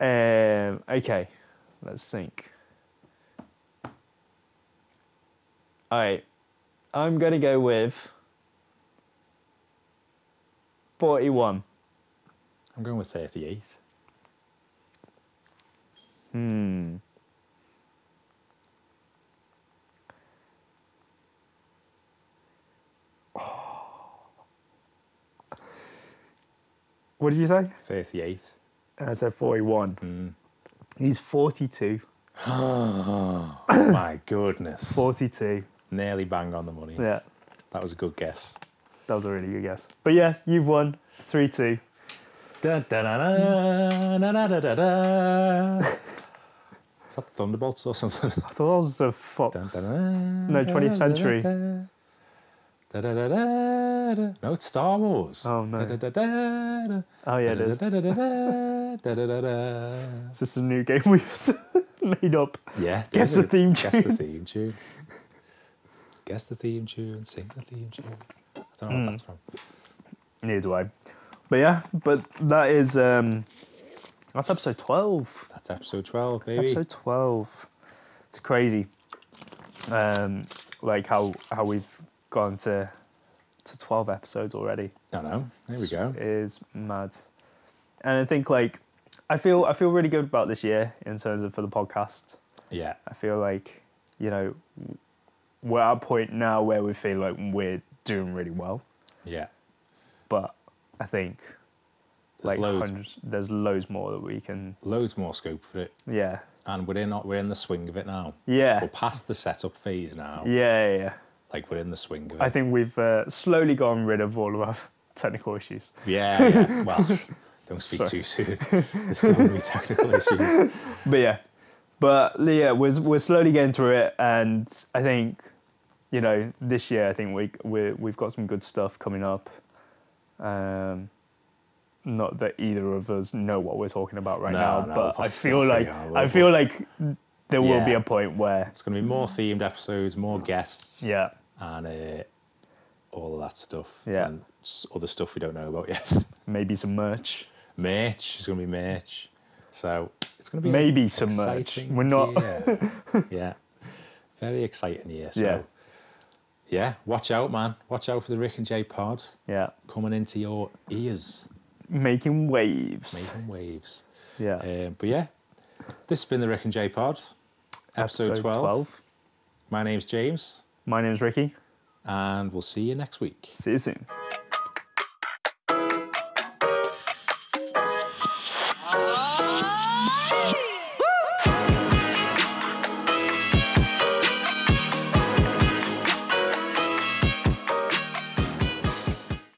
Um, okay, let's think. All right, I'm gonna go with forty-one. I'm going with 38. Hmm. What did you say? 38. Uh, I said 41. Mm. He's 42. Oh, my goodness. 42. Nearly bang on the money. Yeah, That was a good guess. that was a really good guess. But yeah, you've won 3 2. Da, da, da, da, da, da, da, da. Is that Thunderbolts or something? I thought that was a fox. Dun, dun, No, 20th century. Da, da, da, da, da. No, it's Star Wars. Oh, no. Da, da, da, da, da. Oh, yeah, it Da, is. da, da, da, da, da, da, da, da. It's just a new game we've made up. Yeah. Guess do the theme Guess the tune. theme tune. Guess the theme tune. Sing the theme tune. I don't know what Hmm. that's from. Neither do I. But yeah, but that is. um That's episode 12. That's episode 12, baby. Episode 12. It's crazy. Um, Like how, how we've gone to, to 12 episodes already. I know. There we go. Is mad, and I think like I feel I feel really good about this year in terms of for the podcast. Yeah. I feel like you know we're at a point now where we feel like we're doing really well, Yeah. but I think There's like loads, hundreds, there's loads more that we can. loads more scope for it. Yeah, And we're in, we're in the swing of it now. yeah, We're past the setup phase now. yeah, yeah. yeah. Like we're in the swing of it. I think we've uh, slowly gotten rid of all of our technical issues. Yeah, yeah. Well, don't speak Sorry. too soon. There's still going to be technical issues. But yeah, but yeah, we're we're slowly getting through it, and I think, you know, this year I think we we we've got some good stuff coming up. Um, not that either of us know what we're talking about right No, now, no, but we'll I feel still like figure out what I we- feel like there will be Yeah. a point where It's going to be more themed episodes, more guests, yeah, and uh, all of that stuff. Yeah. And s- other stuff we don't know about yet. maybe some merch, merch. It's going to be merch. So it's going to be maybe some merch. exciting We're not. year. yeah. Very exciting year. So Yeah. yeah. watch out, man. Watch out for the Rick and Jay pod Yeah, coming into your ears, making waves. making waves. Yeah, Um, but yeah, this has been the Rick and Jay Pod, episode, 12. My name's James, My name's Ricky. and we'll see you next week. See you soon.